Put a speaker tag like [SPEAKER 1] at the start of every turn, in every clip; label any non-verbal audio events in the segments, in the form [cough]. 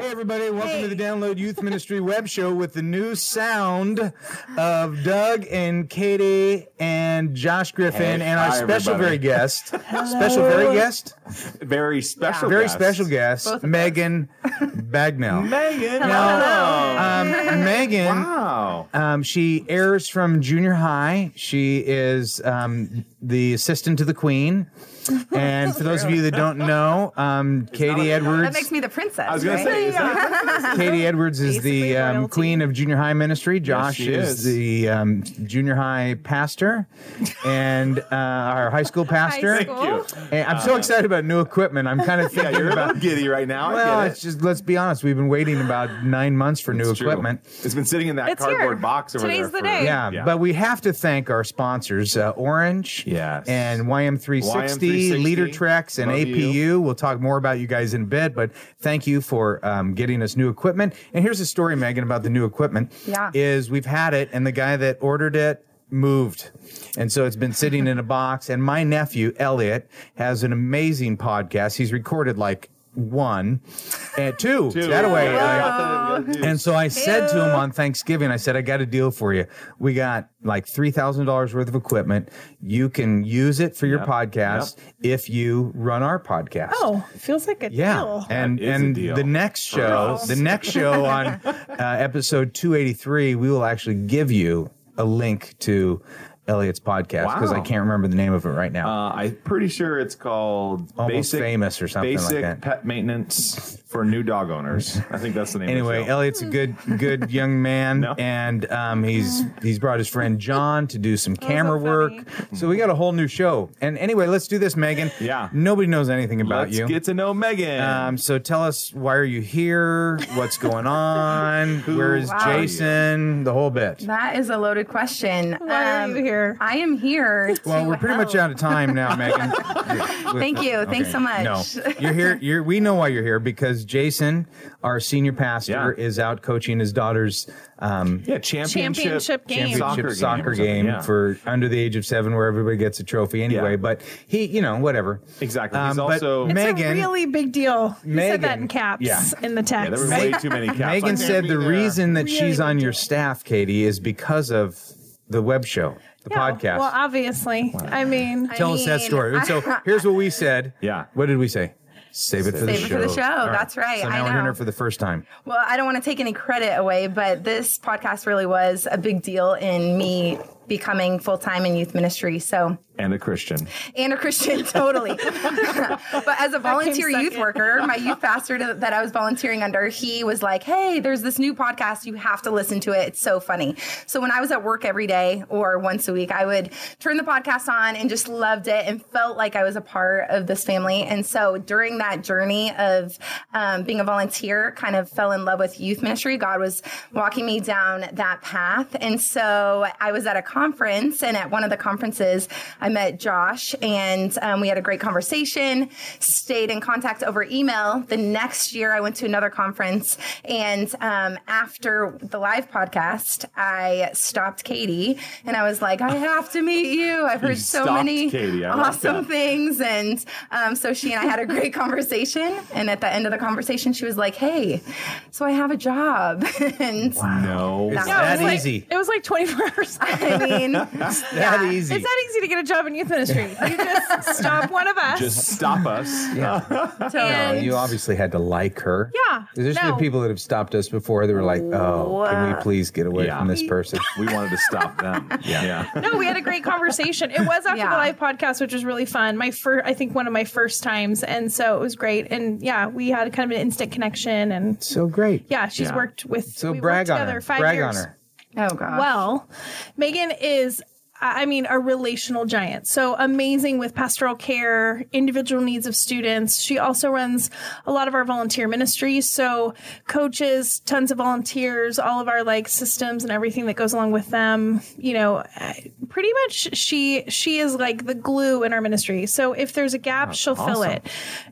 [SPEAKER 1] Hey everybody, welcome to the Download Youth Ministry web show with the new sound of Doug and Katie and Josh Griffin
[SPEAKER 2] Hey,
[SPEAKER 1] and our
[SPEAKER 2] hi,
[SPEAKER 1] special very
[SPEAKER 2] everybody.
[SPEAKER 1] guest. Special very guest?
[SPEAKER 2] Very special.
[SPEAKER 1] Very
[SPEAKER 2] guest.
[SPEAKER 1] special guest, Megan Bagnell.
[SPEAKER 2] Megan.
[SPEAKER 1] Um, Megan
[SPEAKER 2] Wow.
[SPEAKER 1] Um, she airs from junior high. She is um, the assistant to the queen. And for those of you that don't know, um, Katie
[SPEAKER 3] That
[SPEAKER 1] Edwards,
[SPEAKER 3] makes me the princess.
[SPEAKER 2] I was gonna
[SPEAKER 3] right?
[SPEAKER 2] say. is that-
[SPEAKER 1] Katie Edwards is the
[SPEAKER 3] Uh-huh. Basically
[SPEAKER 1] um,
[SPEAKER 3] royalty.
[SPEAKER 1] queen of junior high ministry. Josh
[SPEAKER 2] she
[SPEAKER 1] is.
[SPEAKER 2] is.
[SPEAKER 1] the um, junior high pastor and uh, our high school pastor.
[SPEAKER 3] [laughs] High school.
[SPEAKER 2] Thank you.
[SPEAKER 1] And I'm so excited about new equipment. I'm kind of
[SPEAKER 2] Uh-huh. [laughs] Yeah,
[SPEAKER 1] thinking
[SPEAKER 2] you're a
[SPEAKER 1] about.
[SPEAKER 2] little giddy right now.
[SPEAKER 1] Well,
[SPEAKER 2] I
[SPEAKER 1] it's
[SPEAKER 2] get it.
[SPEAKER 1] just let's be honest. We've been waiting about nine months for new
[SPEAKER 2] It's true.
[SPEAKER 1] equipment.
[SPEAKER 2] It's been sitting in that
[SPEAKER 3] It's
[SPEAKER 2] cardboard
[SPEAKER 3] here.
[SPEAKER 2] box over
[SPEAKER 3] Today's
[SPEAKER 2] there.
[SPEAKER 3] the day.
[SPEAKER 1] Yeah, but we have to thank our sponsors, uh, Orange
[SPEAKER 2] Yes.
[SPEAKER 1] and YM360,
[SPEAKER 2] YM360.
[SPEAKER 1] Leader Tracks, and
[SPEAKER 2] Love
[SPEAKER 1] APU. We'll talk more about you guys in a bit, but thank you for um, getting us new equipment. And here's a story, Megan, about the new equipment.
[SPEAKER 3] Yeah.
[SPEAKER 1] Is we've had it, and the guy that ordered it moved. And so it's been sitting in a box. And my nephew, Elliot, has an amazing podcast. He's recorded like one, and two,
[SPEAKER 2] Dude,
[SPEAKER 1] that way.
[SPEAKER 2] we got the-
[SPEAKER 1] And so I said to him on Thanksgiving, I said, I got a deal for you. We got like $3,000 worth of equipment. You can use it for your
[SPEAKER 2] Yep,
[SPEAKER 1] podcast if you run our podcast.
[SPEAKER 4] Oh, feels like a
[SPEAKER 1] Yeah,
[SPEAKER 4] deal.
[SPEAKER 1] and
[SPEAKER 2] That is a
[SPEAKER 1] and
[SPEAKER 2] deal.
[SPEAKER 1] the next show, the next show on uh, episode two eighty three, we will actually give you a link to Elliot's podcast because I
[SPEAKER 2] Wow.
[SPEAKER 1] can't remember the name of it right now.
[SPEAKER 2] Uh, I'm pretty sure it's called
[SPEAKER 1] Almost
[SPEAKER 2] Basic
[SPEAKER 1] Famous or something like
[SPEAKER 2] Basic
[SPEAKER 1] that.
[SPEAKER 2] Pet Maintenance for New Dog Owners. I think that's the name.
[SPEAKER 1] Anyway,
[SPEAKER 2] of the show.
[SPEAKER 1] Elliot's a good,
[SPEAKER 2] [laughs]
[SPEAKER 1] good young man,
[SPEAKER 2] No.
[SPEAKER 1] and um, he's he's brought his friend John to do some camera work.
[SPEAKER 3] funny.
[SPEAKER 1] So we got a whole new show. And anyway, let's do this, Megan.
[SPEAKER 2] Yeah.
[SPEAKER 1] nobody knows anything about
[SPEAKER 2] let's
[SPEAKER 1] you.
[SPEAKER 2] get to know Megan.
[SPEAKER 1] um, so tell us why are you here? What's going
[SPEAKER 2] [laughs]
[SPEAKER 1] on? Where is
[SPEAKER 3] Wow.
[SPEAKER 1] Jason? The whole bit.
[SPEAKER 3] That is a loaded question. Um,
[SPEAKER 4] Why are you here?
[SPEAKER 3] I am
[SPEAKER 4] [laughs]
[SPEAKER 3] here.
[SPEAKER 1] Well,
[SPEAKER 3] to
[SPEAKER 1] we're pretty much
[SPEAKER 3] help.
[SPEAKER 1] out of time
[SPEAKER 3] [laughs]
[SPEAKER 1] now, Megan.
[SPEAKER 3] Thank you. Thanks so much.
[SPEAKER 1] No, you're here. You're, we know why you're here because Jason, our senior pastor,
[SPEAKER 2] Yeah.
[SPEAKER 1] is out coaching his daughter's um,
[SPEAKER 2] yeah, championship,
[SPEAKER 4] Championship game.
[SPEAKER 1] championship soccer,
[SPEAKER 2] or something,
[SPEAKER 1] game,
[SPEAKER 2] yeah.
[SPEAKER 1] for under the age of seven, where everybody gets a trophy anyway.
[SPEAKER 2] Yeah.
[SPEAKER 1] But he, you know, whatever.
[SPEAKER 2] Exactly. He's
[SPEAKER 1] Um, but
[SPEAKER 2] also- It's a
[SPEAKER 4] It's
[SPEAKER 1] Megan.
[SPEAKER 4] a really big deal. He said that
[SPEAKER 1] Megan.
[SPEAKER 4] in caps
[SPEAKER 1] Yeah.
[SPEAKER 4] in the
[SPEAKER 2] Yeah,
[SPEAKER 4] text.
[SPEAKER 2] there were way too many caps. I
[SPEAKER 1] Megan
[SPEAKER 2] can't
[SPEAKER 1] said
[SPEAKER 2] be
[SPEAKER 1] the
[SPEAKER 2] there.
[SPEAKER 1] reason that
[SPEAKER 4] Really
[SPEAKER 1] she's on
[SPEAKER 4] big
[SPEAKER 1] your
[SPEAKER 4] deal.
[SPEAKER 1] staff, Katie, is because of the web show, the
[SPEAKER 4] Yeah,
[SPEAKER 1] podcast.
[SPEAKER 4] Well, obviously. I mean,
[SPEAKER 1] Tell us that
[SPEAKER 3] mean,
[SPEAKER 1] story. And so
[SPEAKER 3] [laughs]
[SPEAKER 1] here's what we said.
[SPEAKER 2] Yeah.
[SPEAKER 1] What did we say? Save it for the
[SPEAKER 3] Save it
[SPEAKER 1] show.
[SPEAKER 3] for the show. That's right.
[SPEAKER 1] So
[SPEAKER 3] I
[SPEAKER 1] now we're
[SPEAKER 3] know.
[SPEAKER 1] hearing it for the first time.
[SPEAKER 3] Well, I don't want to take any credit away, but this podcast really was a big deal in me becoming full time in youth ministry. So,
[SPEAKER 2] and a Christian.
[SPEAKER 3] and a Christian, [laughs] totally. but as a volunteer youth
[SPEAKER 4] second.
[SPEAKER 3] worker, my youth pastor to, that I was volunteering under, he was like, "Hey, there's this new podcast. You have to listen to it. It's so funny." So when I was at work every day or once a week, I would turn the podcast on and just loved it and felt like I was a part of this family. And so during that journey of um, being a volunteer, kind of fell in love with youth ministry. God was walking me down that path, and so I was at a conference, and at one of the conferences, I met Josh, and um, we had a great conversation. Stayed in contact over email. The next year, I went to another conference, and um, after the live podcast, I stopped Katie, and I was like, "I have to meet you. I've heard so
[SPEAKER 2] stopped
[SPEAKER 3] many
[SPEAKER 2] Katie. I like
[SPEAKER 3] awesome
[SPEAKER 2] that.
[SPEAKER 3] things." And um, so she and I had a great [laughs] conversation, and at the end of the conversation, she was like, "Hey, so I have a job," [laughs] and
[SPEAKER 2] No.
[SPEAKER 1] It's
[SPEAKER 4] yeah, it
[SPEAKER 1] that
[SPEAKER 4] was like-
[SPEAKER 1] easy.
[SPEAKER 4] It was like 24 hours. [laughs]
[SPEAKER 3] I
[SPEAKER 1] [laughs]
[SPEAKER 3] mean,
[SPEAKER 1] that
[SPEAKER 3] yeah.
[SPEAKER 1] easy.
[SPEAKER 4] It's not easy to get a job in youth ministry.
[SPEAKER 1] [laughs]
[SPEAKER 4] You just stop one of us.
[SPEAKER 2] Just stop us.
[SPEAKER 3] totally.
[SPEAKER 1] Oh, you obviously had to like her.
[SPEAKER 4] Yeah,
[SPEAKER 1] There's been
[SPEAKER 4] no.
[SPEAKER 1] people that have stopped us before. They were like, oh, can we please get away
[SPEAKER 2] Yeah.
[SPEAKER 1] from this person?
[SPEAKER 2] We wanted to stop
[SPEAKER 1] [laughs]
[SPEAKER 2] them. Yeah.
[SPEAKER 4] no, we had a great conversation. It was after
[SPEAKER 3] Yeah.
[SPEAKER 4] the live podcast, which was really fun. My first, I think, one of my first times, and so it was great. And yeah, we had kind of an instant connection, and
[SPEAKER 1] So great.
[SPEAKER 4] yeah, she's
[SPEAKER 2] Yeah.
[SPEAKER 4] worked with.
[SPEAKER 1] So
[SPEAKER 4] we worked
[SPEAKER 1] brag on
[SPEAKER 4] together
[SPEAKER 1] her.
[SPEAKER 4] Five
[SPEAKER 1] Brag
[SPEAKER 4] years.
[SPEAKER 1] on her.
[SPEAKER 3] Oh god.
[SPEAKER 4] Well, Megan is, I I mean, a relational giant. So amazing with pastoral care, individual needs of students. She also runs a lot of our volunteer ministries. So coaches, tons of volunteers, all of our like systems and everything that goes along with them. You know, uh, pretty much she she is like the glue in our ministry. So if there's a gap, she'll fill
[SPEAKER 2] awesome.
[SPEAKER 4] it.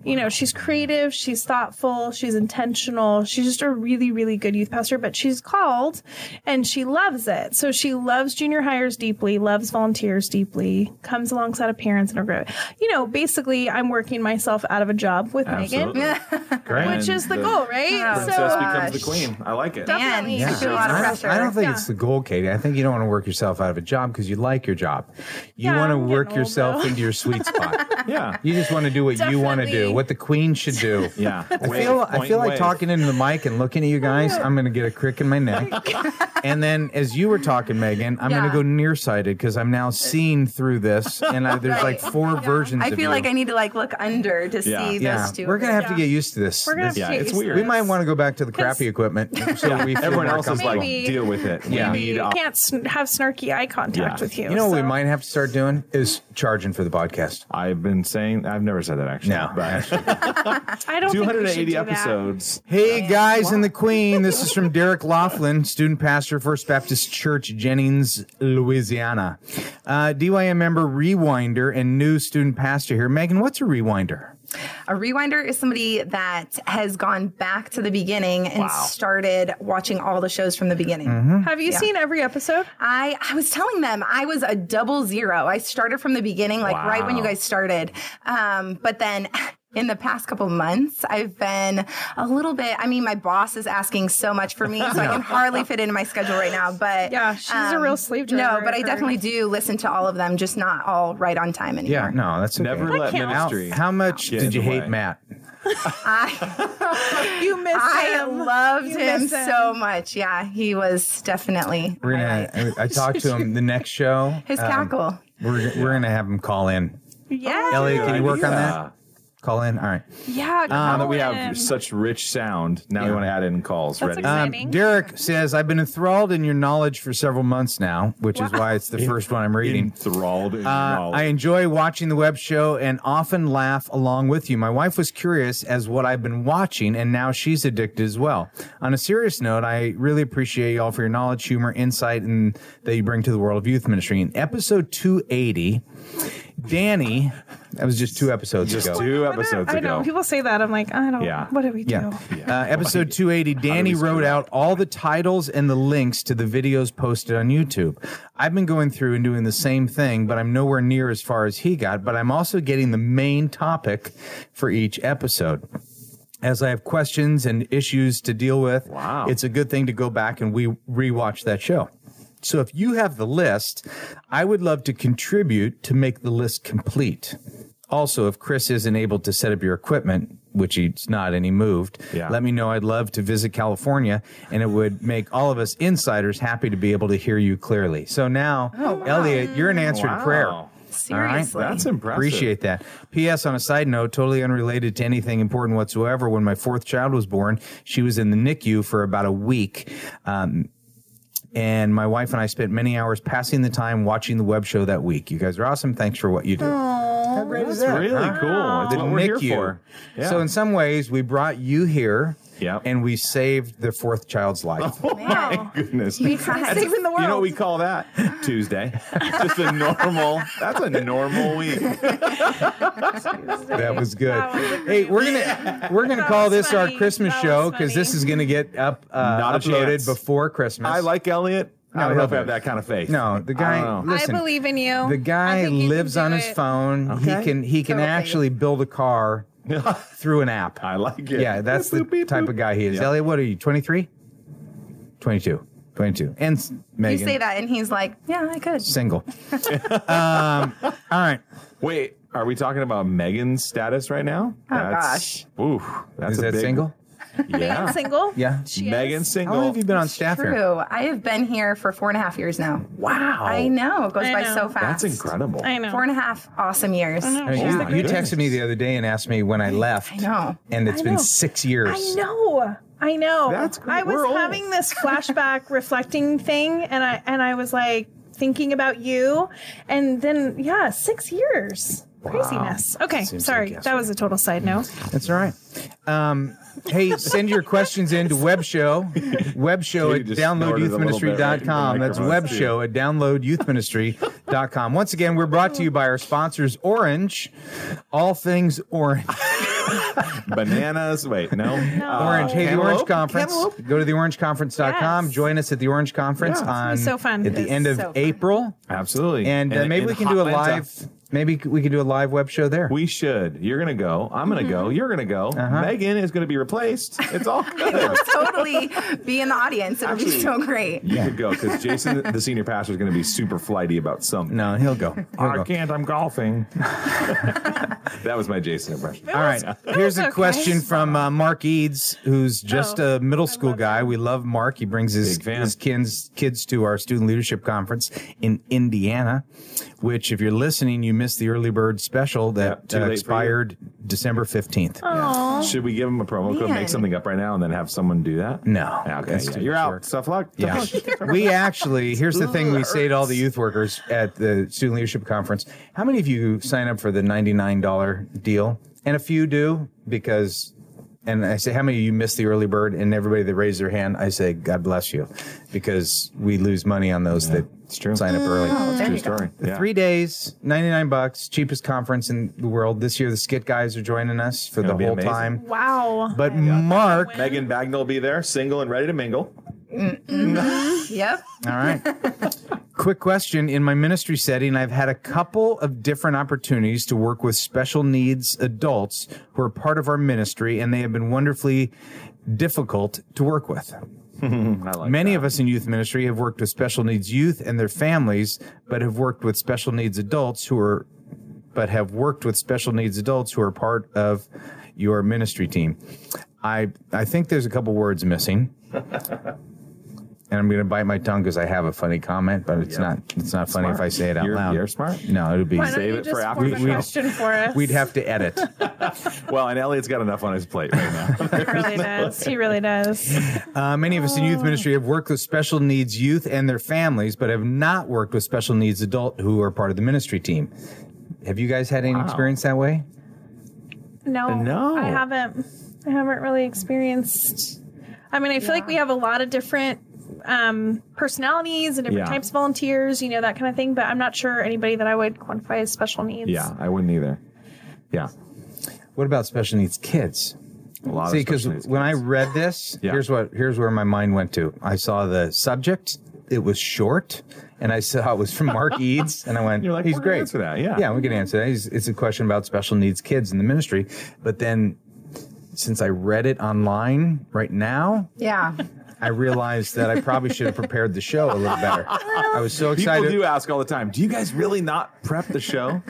[SPEAKER 4] You know, she's creative, she's thoughtful, she's intentional. She's just a really, really good youth pastor, but she's called and she loves it. So she loves junior hires deeply, loves loves volunteers deeply, comes alongside of parents and are great. You know, basically, I'm working myself out of a job with Megan,
[SPEAKER 2] Absolutely.
[SPEAKER 1] Great.
[SPEAKER 4] which is the
[SPEAKER 2] And the
[SPEAKER 4] goal, right?
[SPEAKER 2] Princess
[SPEAKER 4] so,
[SPEAKER 2] becomes the
[SPEAKER 3] gosh.
[SPEAKER 2] queen. I like it.
[SPEAKER 4] Definitely.
[SPEAKER 3] Man,
[SPEAKER 4] Yeah.
[SPEAKER 3] you feel a lot of
[SPEAKER 1] I don't,
[SPEAKER 3] pressure.
[SPEAKER 1] I don't think
[SPEAKER 4] Yeah.
[SPEAKER 1] it's the goal, Katie. I think you don't want to work yourself out of a job because you like your job. You
[SPEAKER 4] Yeah,
[SPEAKER 1] want to
[SPEAKER 4] I'm
[SPEAKER 1] work
[SPEAKER 4] getting old,
[SPEAKER 1] yourself
[SPEAKER 4] though.
[SPEAKER 1] into your
[SPEAKER 4] [laughs]
[SPEAKER 1] sweet spot.
[SPEAKER 2] Yeah.
[SPEAKER 1] you just want to do what you want to do,
[SPEAKER 4] Definitely.
[SPEAKER 1] what the queen should do.
[SPEAKER 2] Yeah.
[SPEAKER 1] [laughs] I feel, I feel like talking into the mic and looking at you guys. I'm going to get a crick in my
[SPEAKER 4] [laughs]
[SPEAKER 1] neck.
[SPEAKER 4] Oh
[SPEAKER 1] and then as you were talking, Megan, I'm going
[SPEAKER 3] Yeah.
[SPEAKER 1] to go nearsighted because I'm now seeing through this. And I, there's
[SPEAKER 4] [laughs]
[SPEAKER 1] like
[SPEAKER 3] Right.
[SPEAKER 1] four versions
[SPEAKER 3] I
[SPEAKER 1] of
[SPEAKER 3] feel
[SPEAKER 1] you.
[SPEAKER 3] like I need to like look under to
[SPEAKER 2] Yeah.
[SPEAKER 3] see
[SPEAKER 1] yeah.
[SPEAKER 3] those two.
[SPEAKER 1] We're going to have to
[SPEAKER 4] Yeah.
[SPEAKER 1] get used to this.
[SPEAKER 4] we're going
[SPEAKER 1] This-
[SPEAKER 4] to
[SPEAKER 2] Yeah,
[SPEAKER 4] have to
[SPEAKER 2] it's
[SPEAKER 4] use
[SPEAKER 2] weird.
[SPEAKER 1] we
[SPEAKER 4] this.
[SPEAKER 1] might want to go back to the crappy
[SPEAKER 2] [laughs]
[SPEAKER 1] equipment so we feel
[SPEAKER 2] Everyone
[SPEAKER 1] more
[SPEAKER 2] else is like,
[SPEAKER 1] comfortable.
[SPEAKER 4] Maybe.
[SPEAKER 2] deal with it.
[SPEAKER 1] Yeah.
[SPEAKER 2] We need
[SPEAKER 4] You
[SPEAKER 2] op-
[SPEAKER 4] can't s- have snarky eye contact
[SPEAKER 2] Yeah.
[SPEAKER 4] with you.
[SPEAKER 1] You know what we
[SPEAKER 4] so-
[SPEAKER 1] might have to start doing is charging for the podcast.
[SPEAKER 2] I've been saying, I've never said that actually.
[SPEAKER 1] No. [laughs]
[SPEAKER 2] but actually,
[SPEAKER 4] I don't think we
[SPEAKER 2] 280
[SPEAKER 4] should do that.
[SPEAKER 2] episodes.
[SPEAKER 1] Hey guys and the Queen, this is from Derek Laughlin, student pastor, First Baptist Church, Jennings, Louisiana. Uh, DYM member, rewinder, and new student pastor here. Megan, what's a rewinder?
[SPEAKER 3] A rewinder is somebody that has gone back to the beginning and
[SPEAKER 2] Wow.
[SPEAKER 3] started watching all the shows from the beginning.
[SPEAKER 1] Mm-hmm.
[SPEAKER 4] Have you seen every episode?
[SPEAKER 3] I, I was telling them I was a double zero. I started from the beginning, like right when you
[SPEAKER 2] Wow.
[SPEAKER 3] guys started. Um, but then in the past couple months, I've been a little bit. I mean, my boss is asking so much for
[SPEAKER 1] [laughs]
[SPEAKER 3] me, so I can hardly fit into my schedule right now. But um,
[SPEAKER 4] Yeah, she's a real slave driver,
[SPEAKER 3] No,
[SPEAKER 4] I've
[SPEAKER 3] but I
[SPEAKER 4] heard.
[SPEAKER 3] definitely do listen to all of them, just not all right on time anymore.
[SPEAKER 1] Yeah, no, that's okay.
[SPEAKER 2] Never let
[SPEAKER 4] counts.
[SPEAKER 1] how,
[SPEAKER 2] ministry.
[SPEAKER 1] how much
[SPEAKER 2] Get
[SPEAKER 1] did
[SPEAKER 2] in
[SPEAKER 1] you
[SPEAKER 2] the
[SPEAKER 1] hate
[SPEAKER 2] way.
[SPEAKER 1] Matt? [laughs]
[SPEAKER 4] You missed
[SPEAKER 3] I
[SPEAKER 4] him.
[SPEAKER 3] loved
[SPEAKER 4] You
[SPEAKER 3] him
[SPEAKER 4] miss him.
[SPEAKER 3] so much. Yeah, he was definitely
[SPEAKER 1] We're gonna. I, I talked to
[SPEAKER 2] [laughs]
[SPEAKER 1] him the next show.
[SPEAKER 3] his
[SPEAKER 1] Um,
[SPEAKER 3] cackle.
[SPEAKER 1] We're we're gonna have him call in.
[SPEAKER 4] Yeah.
[SPEAKER 1] Elliot,
[SPEAKER 2] Good
[SPEAKER 1] can you work on
[SPEAKER 2] idea.
[SPEAKER 1] that? Call in. All right.
[SPEAKER 4] Yeah.
[SPEAKER 2] Now Uh, that we
[SPEAKER 4] Colin.
[SPEAKER 2] have such rich sound, now we
[SPEAKER 1] Yeah.
[SPEAKER 2] want to add in calls.
[SPEAKER 4] That's
[SPEAKER 2] Ready?
[SPEAKER 4] exciting.
[SPEAKER 1] Um, Derek says, I've been enthralled in your knowledge for several months now, which is why it's the first one I'm reading.
[SPEAKER 2] enthralled in oh.
[SPEAKER 1] Uh, I
[SPEAKER 2] knowledge.
[SPEAKER 1] enjoy watching the web show and often laugh along with you. My wife was curious as what I've been watching, and now she's addicted as well. On a serious note, I really appreciate you all for your knowledge, humor, insight, and that you bring to the world of youth ministry. In episode 280, Danny, that was just two episodes
[SPEAKER 2] Just
[SPEAKER 1] ago.
[SPEAKER 2] two
[SPEAKER 4] What a-
[SPEAKER 2] episodes
[SPEAKER 4] I know.
[SPEAKER 2] ago.
[SPEAKER 4] People say that. I'm like, I don't.
[SPEAKER 2] Yeah.
[SPEAKER 4] What do we do?
[SPEAKER 1] [laughs] Yeah. Uh, episode 280, Danny
[SPEAKER 2] we screw
[SPEAKER 1] wrote
[SPEAKER 2] it
[SPEAKER 1] out all the titles and the links to the videos posted on YouTube. I've been going through and doing the same thing, but I'm nowhere near as far as he got, but I'm also getting the main topic for each episode. As I have questions and issues to deal with,
[SPEAKER 2] Wow.
[SPEAKER 1] it's a good thing to go back and we rewatch that show. So if you have the list, I would love to contribute to make the list complete. Also, if Chris isn't able to set up your equipment, which he's not and he moved,
[SPEAKER 2] Yeah.
[SPEAKER 1] let me know. I'd love to visit California and it would make all of us insiders happy to be able to hear you clearly. So now, Elliot, you're an answered
[SPEAKER 2] Wow.
[SPEAKER 1] prayer.
[SPEAKER 3] Seriously.
[SPEAKER 2] That's impressive.
[SPEAKER 1] Appreciate that. P.S. On a side note, totally unrelated to anything important whatsoever, when my fourth child was born, she was in the NICU for about a week. Um, and my wife and I spent many hours passing the time watching the web show that week. You guys are awesome. Thanks for what you do. How great is that?
[SPEAKER 2] really
[SPEAKER 1] huh?
[SPEAKER 2] cool. It's
[SPEAKER 1] The
[SPEAKER 2] what we're here
[SPEAKER 1] NICU.
[SPEAKER 2] for. Yeah.
[SPEAKER 1] So in some ways, we brought you here,
[SPEAKER 2] Yep.
[SPEAKER 1] and we saved the fourth child's
[SPEAKER 2] [laughs]
[SPEAKER 1] life.
[SPEAKER 4] Wow.
[SPEAKER 2] [laughs] Goodness. [laughs]
[SPEAKER 3] That's
[SPEAKER 4] Saving Oh, the world.
[SPEAKER 2] You know what we call that? Tuesday.
[SPEAKER 1] [laughs]
[SPEAKER 2] Just a normal. That's a normal week.
[SPEAKER 1] that
[SPEAKER 4] [laughs]
[SPEAKER 1] was good.
[SPEAKER 4] That was a
[SPEAKER 1] hey,
[SPEAKER 4] great
[SPEAKER 1] we're gonna we're gonna
[SPEAKER 4] That
[SPEAKER 1] call
[SPEAKER 4] was
[SPEAKER 1] this our
[SPEAKER 4] funny.
[SPEAKER 1] Christmas
[SPEAKER 4] That
[SPEAKER 1] show
[SPEAKER 4] was
[SPEAKER 1] because
[SPEAKER 4] funny.
[SPEAKER 1] this is gonna get up uh,
[SPEAKER 2] Not a
[SPEAKER 1] uploaded
[SPEAKER 2] chance.
[SPEAKER 1] before Christmas.
[SPEAKER 2] I like Elliot.
[SPEAKER 1] No,
[SPEAKER 2] I don't know if I
[SPEAKER 1] he'll
[SPEAKER 2] have
[SPEAKER 1] do it.
[SPEAKER 2] that kind of faith.
[SPEAKER 1] No, the
[SPEAKER 2] I
[SPEAKER 1] guy.
[SPEAKER 2] don't know.
[SPEAKER 1] Listen,
[SPEAKER 4] I believe in you.
[SPEAKER 1] the
[SPEAKER 4] I
[SPEAKER 1] guy
[SPEAKER 4] think you can
[SPEAKER 1] lives
[SPEAKER 4] do
[SPEAKER 1] on his
[SPEAKER 4] it.
[SPEAKER 1] phone.
[SPEAKER 2] Okay.
[SPEAKER 1] He can he can
[SPEAKER 3] Totally.
[SPEAKER 1] actually build a car through an app.
[SPEAKER 2] [laughs] I like it.
[SPEAKER 1] Yeah, that's the
[SPEAKER 2] Beep, beep,
[SPEAKER 1] type
[SPEAKER 2] boop.
[SPEAKER 1] of guy he is.
[SPEAKER 2] Yeah.
[SPEAKER 1] Elliot, what are you? 23? 22. 22. And s-
[SPEAKER 3] You
[SPEAKER 1] Megan.
[SPEAKER 3] say that, and he's like, "Yeah, I could."
[SPEAKER 4] [laughs]
[SPEAKER 1] Single. um, all right.
[SPEAKER 2] Wait, are we talking about Megan's status right now? Oh that's, gosh. Ooh, that's
[SPEAKER 1] Is
[SPEAKER 2] a
[SPEAKER 1] that
[SPEAKER 2] big,
[SPEAKER 1] single?
[SPEAKER 2] Yeah.
[SPEAKER 4] Single.
[SPEAKER 1] Yeah.
[SPEAKER 4] She
[SPEAKER 2] Megan's
[SPEAKER 4] Is.
[SPEAKER 1] How
[SPEAKER 2] single.
[SPEAKER 1] long have you been on staff here?
[SPEAKER 3] True. I have been here for four and a half years now.
[SPEAKER 2] Wow.
[SPEAKER 3] I know. It goes
[SPEAKER 4] I
[SPEAKER 3] by
[SPEAKER 4] know.
[SPEAKER 3] so fast.
[SPEAKER 2] That's incredible.
[SPEAKER 4] I know.
[SPEAKER 3] Four and a half awesome years.
[SPEAKER 4] know.
[SPEAKER 1] I mean,
[SPEAKER 4] She's
[SPEAKER 1] you,
[SPEAKER 4] the
[SPEAKER 1] you
[SPEAKER 4] greatest.
[SPEAKER 1] texted me the other day and asked me when I left.
[SPEAKER 3] I know.
[SPEAKER 1] And it's
[SPEAKER 4] I
[SPEAKER 1] been
[SPEAKER 4] know.
[SPEAKER 1] six years.
[SPEAKER 4] I know. I know.
[SPEAKER 2] That's great.
[SPEAKER 4] I was
[SPEAKER 2] We're old.
[SPEAKER 4] having this flashback reflecting thing and I and I was like thinking about you and then yeah, 6 years. Craziness. Okay,
[SPEAKER 1] Seems
[SPEAKER 4] sorry.
[SPEAKER 1] like
[SPEAKER 4] that was a total side note.
[SPEAKER 1] That's all right. Um, hey, send your questions in
[SPEAKER 4] [laughs]
[SPEAKER 1] to web show, web show at
[SPEAKER 2] Katie just snorted a little bit right into the
[SPEAKER 1] downloadyouthministry.com. That's
[SPEAKER 2] microphone.
[SPEAKER 1] web show at downloadyouthministry.com.
[SPEAKER 4] Ah,
[SPEAKER 1] Once again, we're brought to you by our sponsors, Orange, all things orange.
[SPEAKER 2] Bananas. Wait,
[SPEAKER 4] [laughs]
[SPEAKER 2] no. Uh,
[SPEAKER 1] Orange. Hey, the
[SPEAKER 2] cantaloupe?
[SPEAKER 1] Orange Conference.
[SPEAKER 2] Cantaloupe?
[SPEAKER 1] Go to theorongeconference.com.
[SPEAKER 4] Yes.
[SPEAKER 1] Join us at the Orange Conference
[SPEAKER 2] Yeah.
[SPEAKER 1] on
[SPEAKER 4] It's so fun.
[SPEAKER 1] at the
[SPEAKER 4] It's
[SPEAKER 1] end of
[SPEAKER 3] so fun.
[SPEAKER 1] April.
[SPEAKER 2] Absolutely.
[SPEAKER 1] And, uh,
[SPEAKER 2] In-
[SPEAKER 1] maybe
[SPEAKER 2] in
[SPEAKER 1] we can do a
[SPEAKER 2] Hotlanta.
[SPEAKER 1] live. Maybe we can do a live web show there.
[SPEAKER 2] We should. You're gonna go. I'm gonna go. You're gonna go. Megan is gonna be replaced. It's all good.
[SPEAKER 3] [laughs] totally be in the audience. It'll be
[SPEAKER 2] Actually-
[SPEAKER 3] so great.
[SPEAKER 2] You could go because Jason, the senior pastor, is going to be super flighty about something.
[SPEAKER 1] no, he'll
[SPEAKER 4] [laughs]
[SPEAKER 1] go. He'll
[SPEAKER 2] I
[SPEAKER 1] go.
[SPEAKER 2] can't.
[SPEAKER 1] [laughs]
[SPEAKER 2] I'm golfing. that was my Jason impression.
[SPEAKER 1] All right. Here's a
[SPEAKER 4] okay.
[SPEAKER 1] question from uh, Mark Eads, who's just
[SPEAKER 4] Oh,
[SPEAKER 1] a middle school guy. We love Mark. He brings his,
[SPEAKER 2] Big fan.
[SPEAKER 1] his kids, kids to our student leadership conference in Indiana, which, if you're listening, you missed the early bird special that
[SPEAKER 2] too
[SPEAKER 1] uh,
[SPEAKER 2] late for you.
[SPEAKER 1] expired December 15th.
[SPEAKER 2] Should we give him a promo code,
[SPEAKER 3] Man.
[SPEAKER 2] make something up right now, and then have someone do that?
[SPEAKER 1] No.
[SPEAKER 2] Yeah, Okay.
[SPEAKER 1] That's
[SPEAKER 2] yeah,
[SPEAKER 1] too
[SPEAKER 2] You're
[SPEAKER 1] much
[SPEAKER 2] out.
[SPEAKER 1] work.
[SPEAKER 2] Tough luck. Tough
[SPEAKER 1] Yeah.
[SPEAKER 2] luck.
[SPEAKER 1] we actually, here's the thing we say to all the
[SPEAKER 2] Hurts.
[SPEAKER 1] youth workers at the Student Leadership Conference. How many of you sign up for the $99 deal? And a few do because, and I say, how many of you missed the early bird? And everybody that raised their hand, I say, God bless you because we lose money on those that
[SPEAKER 2] it's true.
[SPEAKER 1] sign up early.
[SPEAKER 3] There
[SPEAKER 2] True
[SPEAKER 3] you go.
[SPEAKER 2] story. Yeah.
[SPEAKER 1] Three days, 99 bucks, cheapest conference in the world. This year, the Skit guys are joining us for
[SPEAKER 2] It'll
[SPEAKER 1] the
[SPEAKER 2] be
[SPEAKER 1] whole
[SPEAKER 2] amazing.
[SPEAKER 1] time.
[SPEAKER 4] Wow.
[SPEAKER 1] But Mark,
[SPEAKER 2] Megan Bagnall will be there, single and ready to mingle.
[SPEAKER 3] Yep.
[SPEAKER 1] All right. Quick question. In my ministry setting, I've had a couple of different opportunities to work with special needs adults who are part of our ministry, and they have been wonderfully difficult to work with.
[SPEAKER 2] I like
[SPEAKER 1] Many of us in youth ministry have worked with special needs youth and their families, but have worked with special needs adults who are, but have worked with special needs adults who are part of your ministry team. I I think there's a couple words
[SPEAKER 2] [laughs]
[SPEAKER 1] missing, and I'm going to bite my tongue because I have a funny comment, but it's
[SPEAKER 2] Yeah.
[SPEAKER 1] not it's not funny if I say it out
[SPEAKER 2] You're-
[SPEAKER 1] loud.
[SPEAKER 2] you're smart.
[SPEAKER 1] No, it would be.
[SPEAKER 4] Why don't
[SPEAKER 2] save
[SPEAKER 4] you
[SPEAKER 2] it for
[SPEAKER 4] just
[SPEAKER 2] after
[SPEAKER 4] form
[SPEAKER 1] we-
[SPEAKER 4] a
[SPEAKER 1] we-
[SPEAKER 4] question for us?
[SPEAKER 1] [laughs] We'd have to edit.
[SPEAKER 2] that. Well, and Elliot's got enough on his plate right now.
[SPEAKER 1] [laughs]
[SPEAKER 4] He really does. He really does.
[SPEAKER 1] Uh, many of us in youth ministry have worked with special needs youth and their families, but have not worked with special needs adult who are part of the ministry team. Have you guys had any experience that way?
[SPEAKER 4] No,
[SPEAKER 2] No.
[SPEAKER 4] I haven't. I haven't really experienced. I mean, I feel like we have a lot of different um, personalities and different
[SPEAKER 2] Yeah.
[SPEAKER 4] types of volunteers, you know, that kind of thing. But I'm not sure anybody that I would quantify as special needs.
[SPEAKER 2] yeah, I wouldn't either. Yeah.
[SPEAKER 1] What about special needs kids?
[SPEAKER 2] A lot
[SPEAKER 1] See,
[SPEAKER 2] of
[SPEAKER 1] because
[SPEAKER 2] special needs
[SPEAKER 1] when I
[SPEAKER 2] kids.
[SPEAKER 1] read this,
[SPEAKER 2] Yeah.
[SPEAKER 1] here's what here's where my mind went to. I saw the subject; it was short, and I saw it was from
[SPEAKER 2] [laughs]
[SPEAKER 1] Mark Eads, and I went,
[SPEAKER 2] You're like,
[SPEAKER 1] "He's
[SPEAKER 2] "We're gonna
[SPEAKER 1] great."
[SPEAKER 2] answer that, yeah.
[SPEAKER 1] yeah, we can answer that. He's, it's a question about special needs kids in the ministry, but then since I read it online right now,
[SPEAKER 3] Yeah.
[SPEAKER 1] I realized that I probably should have prepared the show a little
[SPEAKER 4] [laughs]
[SPEAKER 1] better. I was so
[SPEAKER 2] People
[SPEAKER 1] excited.
[SPEAKER 2] do ask all the time, do you guys really not prep
[SPEAKER 1] [laughs]
[SPEAKER 2] the show?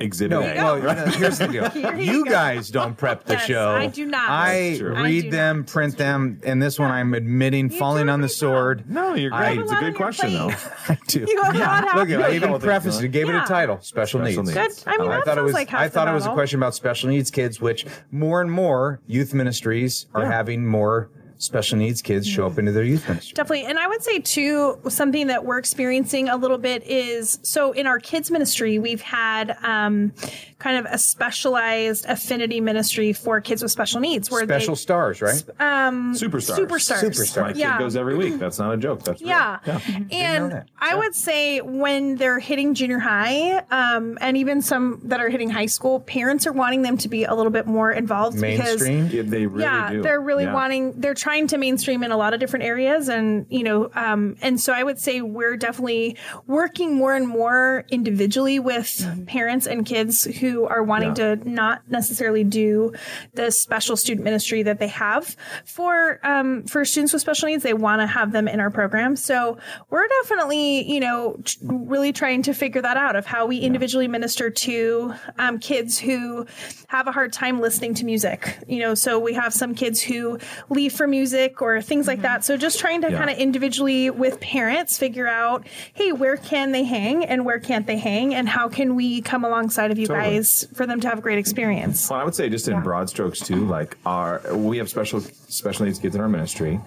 [SPEAKER 2] Exhibit
[SPEAKER 1] no,
[SPEAKER 2] A.
[SPEAKER 1] well, no, here's the
[SPEAKER 2] [laughs]
[SPEAKER 1] deal.
[SPEAKER 4] [laughs] Here you
[SPEAKER 1] You
[SPEAKER 4] go.
[SPEAKER 1] guys don't prep the
[SPEAKER 4] Yes,
[SPEAKER 1] show.
[SPEAKER 4] I do not.
[SPEAKER 1] I
[SPEAKER 2] That's true. I
[SPEAKER 1] read
[SPEAKER 4] do
[SPEAKER 1] them, print them, and this one I'm admitting
[SPEAKER 4] do
[SPEAKER 1] falling
[SPEAKER 4] a
[SPEAKER 1] on the
[SPEAKER 4] great job.
[SPEAKER 1] sword.
[SPEAKER 2] No, you're
[SPEAKER 1] I-
[SPEAKER 2] great. It's a
[SPEAKER 4] Well,
[SPEAKER 2] good question,
[SPEAKER 4] you're
[SPEAKER 2] though.
[SPEAKER 4] playing.
[SPEAKER 1] [laughs] I do.
[SPEAKER 4] You have a lot
[SPEAKER 1] Look,
[SPEAKER 4] happening.
[SPEAKER 1] I
[SPEAKER 2] Yeah.
[SPEAKER 1] even prefaced it, gave it
[SPEAKER 4] Yeah.
[SPEAKER 1] a title, special
[SPEAKER 2] Special
[SPEAKER 1] needs.
[SPEAKER 2] needs.
[SPEAKER 4] Good. I mean,
[SPEAKER 1] I
[SPEAKER 4] that
[SPEAKER 1] thought
[SPEAKER 4] sounds
[SPEAKER 1] it was.
[SPEAKER 4] like half
[SPEAKER 1] I
[SPEAKER 4] the
[SPEAKER 1] thought it was a
[SPEAKER 4] battle.
[SPEAKER 1] question about special needs kids, which more and more youth ministries are
[SPEAKER 2] Yeah.
[SPEAKER 1] having more special needs kids show up into their youth ministry.
[SPEAKER 4] Definitely. And I would say, too, something that we're experiencing a little bit is so in our kids' ministry, we've had um, kind of a specialized affinity ministry for kids with special needs. Where they-
[SPEAKER 1] Special stars, right?
[SPEAKER 2] Superstars.
[SPEAKER 4] Superstars. Superstars.
[SPEAKER 2] My kid
[SPEAKER 4] Yeah.
[SPEAKER 2] goes every week. That's not a joke. That's real.
[SPEAKER 4] Yeah.
[SPEAKER 1] know
[SPEAKER 4] And
[SPEAKER 1] that.
[SPEAKER 4] I would say when they're hitting junior high, um, and even some that are hitting high school, parents are wanting them to be a little bit more involved
[SPEAKER 1] Mainstream.
[SPEAKER 2] Yeah, they really
[SPEAKER 4] yeah,
[SPEAKER 2] do.
[SPEAKER 4] they're really
[SPEAKER 2] Yeah.
[SPEAKER 4] wanting. They're trying to mainstream in a lot of different areas, and you know, um, and so I would say we're definitely working more and more individually with parents and kids who are wanting
[SPEAKER 2] Mm-hmm. Yeah.
[SPEAKER 4] to not necessarily do the special student ministry that they have for um, for students with special needs. They want to have them in our program, so we're definitely you know tr- really trying to figure that out of how we individually minister to um, kids who have a hard time listening to music. You know, so we have some kids who leave for music or things like that. So just trying to
[SPEAKER 2] Mm-hmm. Yeah.
[SPEAKER 4] kind of individually with parents figure out, hey, where can they hang and where can't they hang, and how can we come alongside of you
[SPEAKER 2] Totally.
[SPEAKER 4] guys for them to have a great experience.
[SPEAKER 2] Well, I would say just in broad strokes too. Like our, we have special special needs kids in our ministry,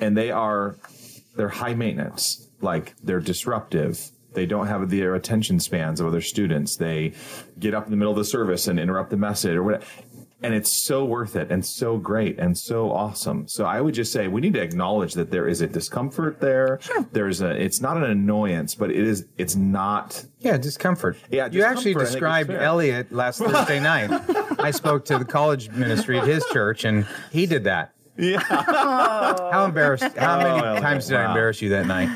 [SPEAKER 2] and they are they're high maintenance. Like they're disruptive. They don't have their attention spans of other students. They get up in the middle of the service and interrupt the message or whatever. And it's so worth it and so great and so awesome. So I would just say we need to acknowledge that there is a discomfort there. Sure. There's a it's not an annoyance, but it is it's not
[SPEAKER 1] Yeah, discomfort.
[SPEAKER 2] Yeah,
[SPEAKER 1] you actually
[SPEAKER 2] discomfort, I think, is
[SPEAKER 1] described
[SPEAKER 2] fair. [laughs]
[SPEAKER 1] Elliot last Thursday night. I spoke to the college ministry at his church, and he did that. Yeah. [laughs] how embarrassed? How many
[SPEAKER 2] Oh,
[SPEAKER 1] times did I
[SPEAKER 2] wow.
[SPEAKER 1] embarrass you that night?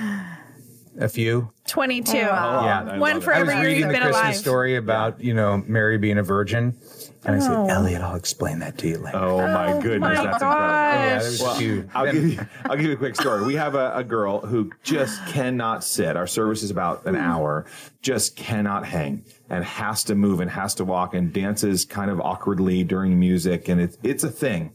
[SPEAKER 1] A few.
[SPEAKER 4] 22.
[SPEAKER 3] wow.
[SPEAKER 1] Oh, Yeah.
[SPEAKER 2] I
[SPEAKER 4] One
[SPEAKER 2] love it.
[SPEAKER 4] for
[SPEAKER 1] I was
[SPEAKER 4] every year
[SPEAKER 1] reading
[SPEAKER 4] you've
[SPEAKER 1] the
[SPEAKER 4] been
[SPEAKER 1] Christmas
[SPEAKER 4] alive.
[SPEAKER 1] story about you know Mary being a virgin, and I
[SPEAKER 4] Oh.
[SPEAKER 1] said, Elliot, I'll explain that to you later.
[SPEAKER 2] Oh my goodness,
[SPEAKER 4] my
[SPEAKER 2] that's
[SPEAKER 4] God.
[SPEAKER 2] incredible.
[SPEAKER 1] Oh, yeah, there was a few.
[SPEAKER 2] I'll give, you, I'll give you a quick story. We have a, a girl who just cannot sit. Our service is about an hour, just cannot hang and has to move and has to walk and dances kind of awkwardly during music. And it's, it's a thing.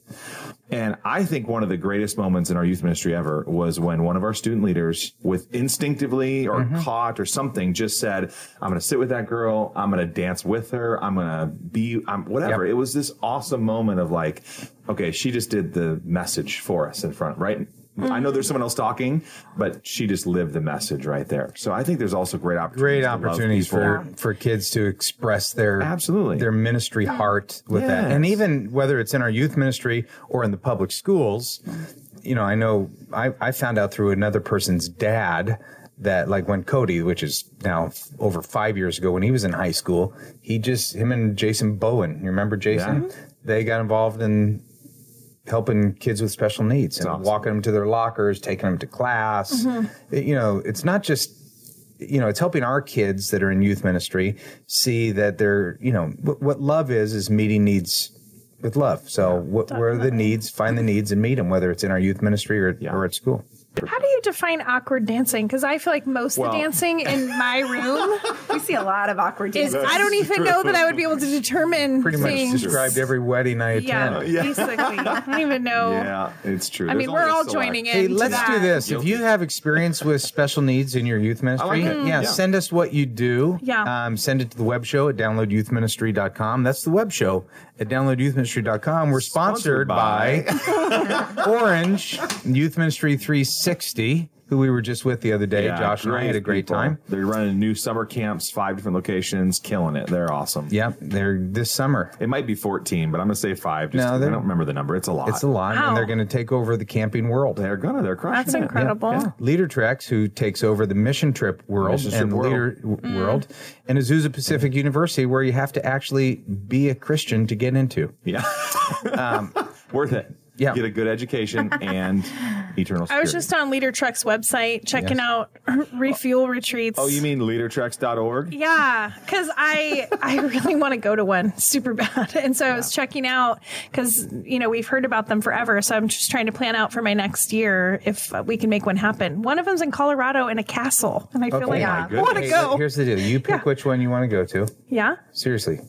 [SPEAKER 2] And I think one of the greatest moments in our youth ministry ever was when one of our student leaders, with instinctively or
[SPEAKER 1] Mm-hmm.
[SPEAKER 2] caught or something, just said, I'm going to sit with that girl. I'm going to dance with her. I'm going to be, I'm, whatever.
[SPEAKER 1] Yep.
[SPEAKER 2] It was this awesome moment of like, okay, she just did the message for us in front, right? I
[SPEAKER 1] Mm-hmm.
[SPEAKER 2] know there's someone else talking, but she just lived the message right there. So I think there's also great opportunities.
[SPEAKER 1] Great
[SPEAKER 2] to love
[SPEAKER 1] opportunities
[SPEAKER 2] people.
[SPEAKER 1] for, for kids to express their
[SPEAKER 2] Absolutely.
[SPEAKER 1] their ministry heart with that,
[SPEAKER 2] Yes.
[SPEAKER 1] and even whether it's in our youth ministry or in the public schools.
[SPEAKER 2] Mm-hmm.
[SPEAKER 1] You know, I know I, I found out through another person's dad that like when Cody, which is now f- over five years ago, when he was in high school, he just him and Jason Bowen. You remember Jason? Mm-hmm.
[SPEAKER 2] Yeah.
[SPEAKER 1] They got involved in helping kids with special needs and
[SPEAKER 2] awesome.
[SPEAKER 1] walking them to their lockers, taking them to class.
[SPEAKER 2] Mm-hmm.
[SPEAKER 1] It- you know, it's not just you know, it's helping our kids that are in youth ministry see that they're, you know, what, what love is is meeting needs with love. So what where are the needs, find the needs and meet them, whether it's in our youth ministry or,
[SPEAKER 2] Yeah.
[SPEAKER 1] or at school.
[SPEAKER 4] How do you define awkward dancing? Because I feel like most
[SPEAKER 2] Well-
[SPEAKER 4] of the
[SPEAKER 1] [laughs]
[SPEAKER 4] dancing in my room
[SPEAKER 3] We see a lot of awkward
[SPEAKER 4] is
[SPEAKER 3] dances.
[SPEAKER 4] I don't even know that I would be able to determine
[SPEAKER 1] Pretty much
[SPEAKER 4] things.
[SPEAKER 1] described every wedding I
[SPEAKER 4] yeah,
[SPEAKER 1] attend.
[SPEAKER 4] basically. I don't even
[SPEAKER 1] [laughs]
[SPEAKER 4] know.
[SPEAKER 2] Yeah, it's true.
[SPEAKER 4] I mean, we're all joining in.
[SPEAKER 1] Hey,
[SPEAKER 4] to
[SPEAKER 1] let's
[SPEAKER 4] that.
[SPEAKER 1] do this. If
[SPEAKER 2] Guilty.
[SPEAKER 1] you have experience with special needs in your youth ministry,
[SPEAKER 2] like it.
[SPEAKER 1] yeah,
[SPEAKER 2] Yeah.
[SPEAKER 1] send us what you do.
[SPEAKER 4] Mm. Yeah.
[SPEAKER 1] Um, send it to the web show at downloadyouthministry.com. That's the web show at downloadyouthministry.com. We're sponsored,
[SPEAKER 2] Sponsored by- [laughs]
[SPEAKER 1] by Orange Youth Ministry 360, who we were just with the other day. Josh and I had a great time.
[SPEAKER 2] They're running new summer camps, five different locations, killing it. They're awesome.
[SPEAKER 1] Yep, they're this summer.
[SPEAKER 2] It might be 14, but I'm going to say five. Just
[SPEAKER 1] No,
[SPEAKER 2] 'cause I
[SPEAKER 1] they're-
[SPEAKER 2] don't remember the number. It's a lot.
[SPEAKER 1] It's a lot,
[SPEAKER 4] Wow.
[SPEAKER 1] and they're going to take over the camping world.
[SPEAKER 2] They're going to. They're crushing
[SPEAKER 4] That's
[SPEAKER 2] it.
[SPEAKER 4] incredible.
[SPEAKER 1] Leader Treks, who takes over the mission trip world
[SPEAKER 2] Mission Trip
[SPEAKER 1] and
[SPEAKER 2] world.
[SPEAKER 1] leader w-
[SPEAKER 4] Mm-hmm.
[SPEAKER 1] world, and Azusa Pacific University, where you have to actually be a Christian to get into.
[SPEAKER 2] Yeah.
[SPEAKER 1] [laughs]
[SPEAKER 2] [laughs] Worth it.
[SPEAKER 1] Um, yeah.
[SPEAKER 2] Get a good
[SPEAKER 4] [laughs]
[SPEAKER 2] education and eternal security.
[SPEAKER 4] I was just on Leader Truck's website checking
[SPEAKER 1] Yes.
[SPEAKER 4] out [laughs] refuel retreats.
[SPEAKER 2] Oh, you mean leadertreks.org?
[SPEAKER 4] Yeah, because [laughs] I I really want to go to one super bad, and so I was checking out because you know we've heard about them forever. So I'm just trying to plan out for my next year if uh, we can make one happen. One of them's in Colorado in a castle, and I feel
[SPEAKER 1] Okay.
[SPEAKER 4] like
[SPEAKER 1] My
[SPEAKER 4] I
[SPEAKER 2] goodness.
[SPEAKER 4] want to
[SPEAKER 1] Hey,
[SPEAKER 4] go.
[SPEAKER 1] Here's the deal: you pick
[SPEAKER 4] Yeah.
[SPEAKER 1] which one you want to go to.
[SPEAKER 4] yeah,
[SPEAKER 1] Seriously,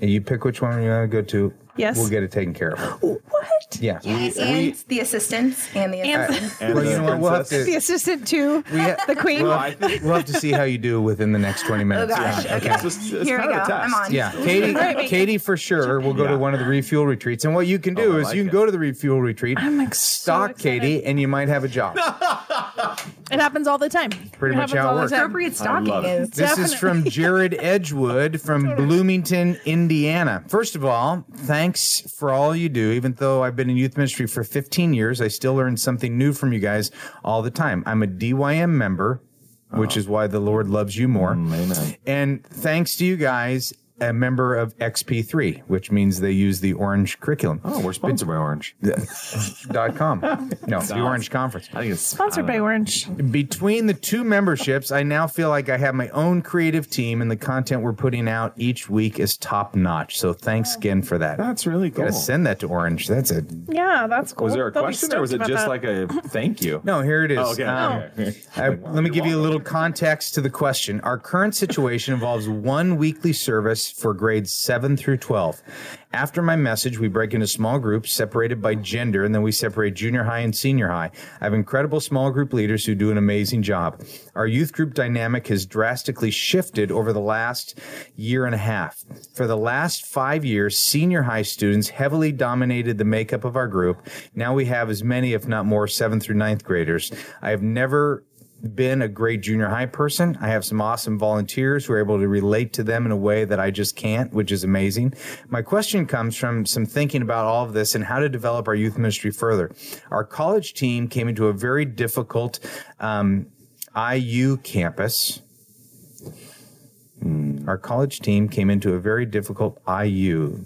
[SPEAKER 1] you pick which one you want to go to.
[SPEAKER 4] Yes.
[SPEAKER 1] We'll get it taken care of.
[SPEAKER 4] what?
[SPEAKER 1] Yeah.
[SPEAKER 4] [gasps]
[SPEAKER 3] and the assistants and the
[SPEAKER 4] And
[SPEAKER 2] And
[SPEAKER 1] Well, you
[SPEAKER 2] the
[SPEAKER 1] know what? We'll have
[SPEAKER 2] princess.
[SPEAKER 4] the assistant to
[SPEAKER 1] ha-
[SPEAKER 4] the queen.
[SPEAKER 1] Well, I think we'll have to see how you do within the next 20
[SPEAKER 3] Oh
[SPEAKER 1] minutes.
[SPEAKER 3] gosh.
[SPEAKER 1] Yeah.
[SPEAKER 3] Okay.
[SPEAKER 2] It's just- it's
[SPEAKER 3] Here we
[SPEAKER 2] kind
[SPEAKER 3] go.
[SPEAKER 2] of a test.
[SPEAKER 3] I'm on.
[SPEAKER 1] Yeah, Katie,
[SPEAKER 4] Right, but-
[SPEAKER 1] Katie for sure will go
[SPEAKER 2] Yeah.
[SPEAKER 1] to one of the refuel retreats. And what you can do
[SPEAKER 2] Oh, I
[SPEAKER 1] is
[SPEAKER 2] like
[SPEAKER 1] you can
[SPEAKER 2] it.
[SPEAKER 1] go to the refuel retreat,
[SPEAKER 4] I'm like so
[SPEAKER 1] stalk
[SPEAKER 4] excited.
[SPEAKER 1] Katie, and you might have a job.
[SPEAKER 4] It happens all the time.
[SPEAKER 1] Pretty
[SPEAKER 4] it
[SPEAKER 1] much
[SPEAKER 4] happens
[SPEAKER 1] how it
[SPEAKER 4] all
[SPEAKER 1] works.
[SPEAKER 4] The time.
[SPEAKER 3] Appropriate stalking
[SPEAKER 2] love it.
[SPEAKER 3] is
[SPEAKER 1] This is from Jared Edgewood from Bloomington, Indiana. First of all, thanks for all you do. Even though I've been in youth ministry for 15 years, I still learn something new from you guys all the time. I'm a DYM member, which is why the Lord loves you more.
[SPEAKER 2] [laughs] Mm, Amen.
[SPEAKER 1] And thanks to you guys, a member of XP3, which means they use the Orange curriculum.
[SPEAKER 2] Oh, we're sponsored by Orange.
[SPEAKER 1] Dot com. No, the Orange Conference.
[SPEAKER 2] I think it's uh,
[SPEAKER 4] Sponsored
[SPEAKER 1] Uh,
[SPEAKER 4] by Orange.
[SPEAKER 1] Between the two memberships, I now feel like I have my own creative team, and the content we're putting out each week is top notch. So thanks again for that.
[SPEAKER 2] That's really cool.
[SPEAKER 1] Gotta send that to Orange. That's a
[SPEAKER 4] Yeah, that's cool.
[SPEAKER 2] Was there a
[SPEAKER 4] They'll be
[SPEAKER 2] question or was it
[SPEAKER 4] stoked about
[SPEAKER 2] just
[SPEAKER 4] that.
[SPEAKER 2] like a thank you?
[SPEAKER 1] no. Here it is.
[SPEAKER 2] Oh, okay.
[SPEAKER 1] Um,
[SPEAKER 2] okay.
[SPEAKER 1] I- let me give you a little context to the question. Our current situation involves one weekly service for grades 7 through 12. After my message, we break into small groups separated by gender, and then we separate junior high and senior high. I have incredible small group leaders who do an amazing job. Our youth group dynamic has drastically shifted over the last year and a half. For the last five years, senior high students heavily dominated the makeup of our group. Now we have as many, if not more, 7th through ninth graders. I have never been a great junior high person. I have some awesome volunteers who are able to relate to them in a way that I just can't, which is amazing. My question comes from some thinking about all of this and how to develop our youth ministry further. Our college team came into a very difficult um, IU campus. Hmm. Our college team came into a very difficult IU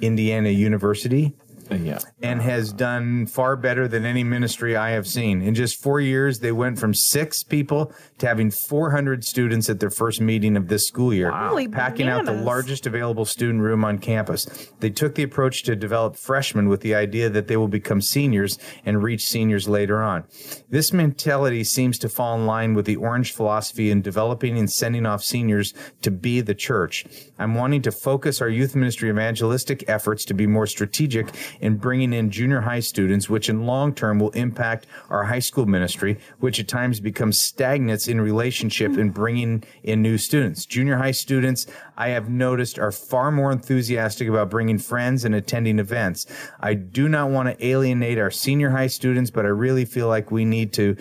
[SPEAKER 1] Indiana University
[SPEAKER 2] [laughs] Yeah.
[SPEAKER 1] and has done far better than any ministry I have seen. In just four years, they went from six people to having 400 students at their first meeting of this school year,
[SPEAKER 4] Holy
[SPEAKER 1] packing out the
[SPEAKER 4] bananas.
[SPEAKER 1] largest available student room on campus. They took the approach to develop freshmen with the idea that they will become seniors and reach seniors later on. This mentality seems to fall in line with the Orange philosophy in developing and sending off seniors to be the church. I'm wanting to focus our youth ministry evangelistic efforts to be more strategic in bringing in junior high students, which in long term will impact our high school ministry, which at times becomes stagnant in relationship in bringing in new students. Junior high students, I have noticed, are far more enthusiastic about bringing friends and attending events. I do not want to alienate our senior high students, but I really feel like we need to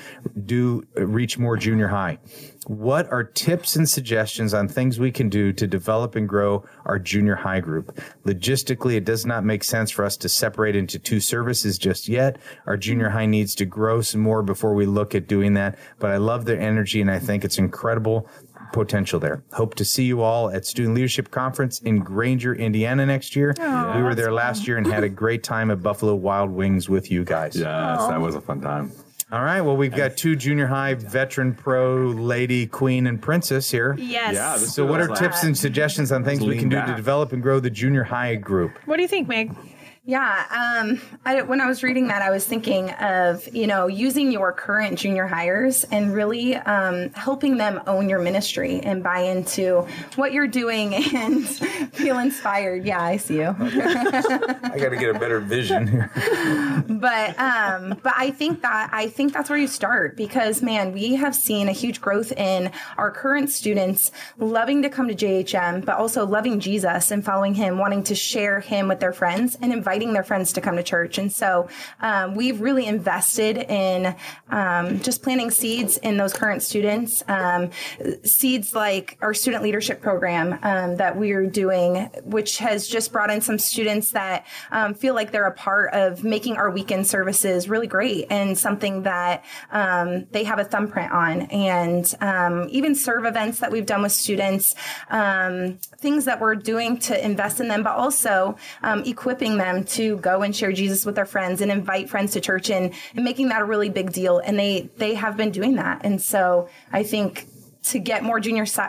[SPEAKER 1] do reach more junior high. What are tips and suggestions on things we can do to develop and grow our junior high group? Logistically, it does not make sense for us to separate into two services just yet. Our junior high needs to grow some more before we look at doing that. But I love their energy and I think it's incredible potential there. Hope to see you all at Student Leadership Conference in Granger, Indiana next year. we were there last year and had a great time at Buffalo Wild Wings with you guys.
[SPEAKER 2] Yes, that was a fun time.
[SPEAKER 1] All right. Well, we've got two junior high veteran pro lady queen and princess here.
[SPEAKER 4] Yes.
[SPEAKER 2] Yeah, this-
[SPEAKER 1] So, what are
[SPEAKER 2] Like-
[SPEAKER 1] tips and suggestions on things we
[SPEAKER 2] lean
[SPEAKER 1] can do to
[SPEAKER 2] back.
[SPEAKER 1] develop and grow the junior high group?
[SPEAKER 4] what do you think, Meg?
[SPEAKER 3] Yeah. Um, I, when I was reading that, I was thinking of, you know, using your current junior hires and really um, helping them own your ministry and buy into what you're doing [laughs] and feel inspired. Yeah, I see you.
[SPEAKER 1] I got to get a better vision
[SPEAKER 4] [laughs]
[SPEAKER 1] here.
[SPEAKER 3] but um but i think that i think that's where you start because man we have seen a huge growth in our current students loving to come to jhm but also loving jesus and following him wanting to share him with their friends and inviting their friends to come to church and so um, we've really invested in um, just planting seeds in those current students um, seeds like our student leadership program um, that we're doing which has just brought in some students that um, feel like they're a part of making our weekend services really great and something that um, they have a thumbprint on. And um, even serve events that we've done with students, um, things that we're doing to invest in them, but also um, equipping them to go and share Jesus with their friends and invite friends to church and, and making that a really big deal. And they they have been doing that. And so I think to get more junior si-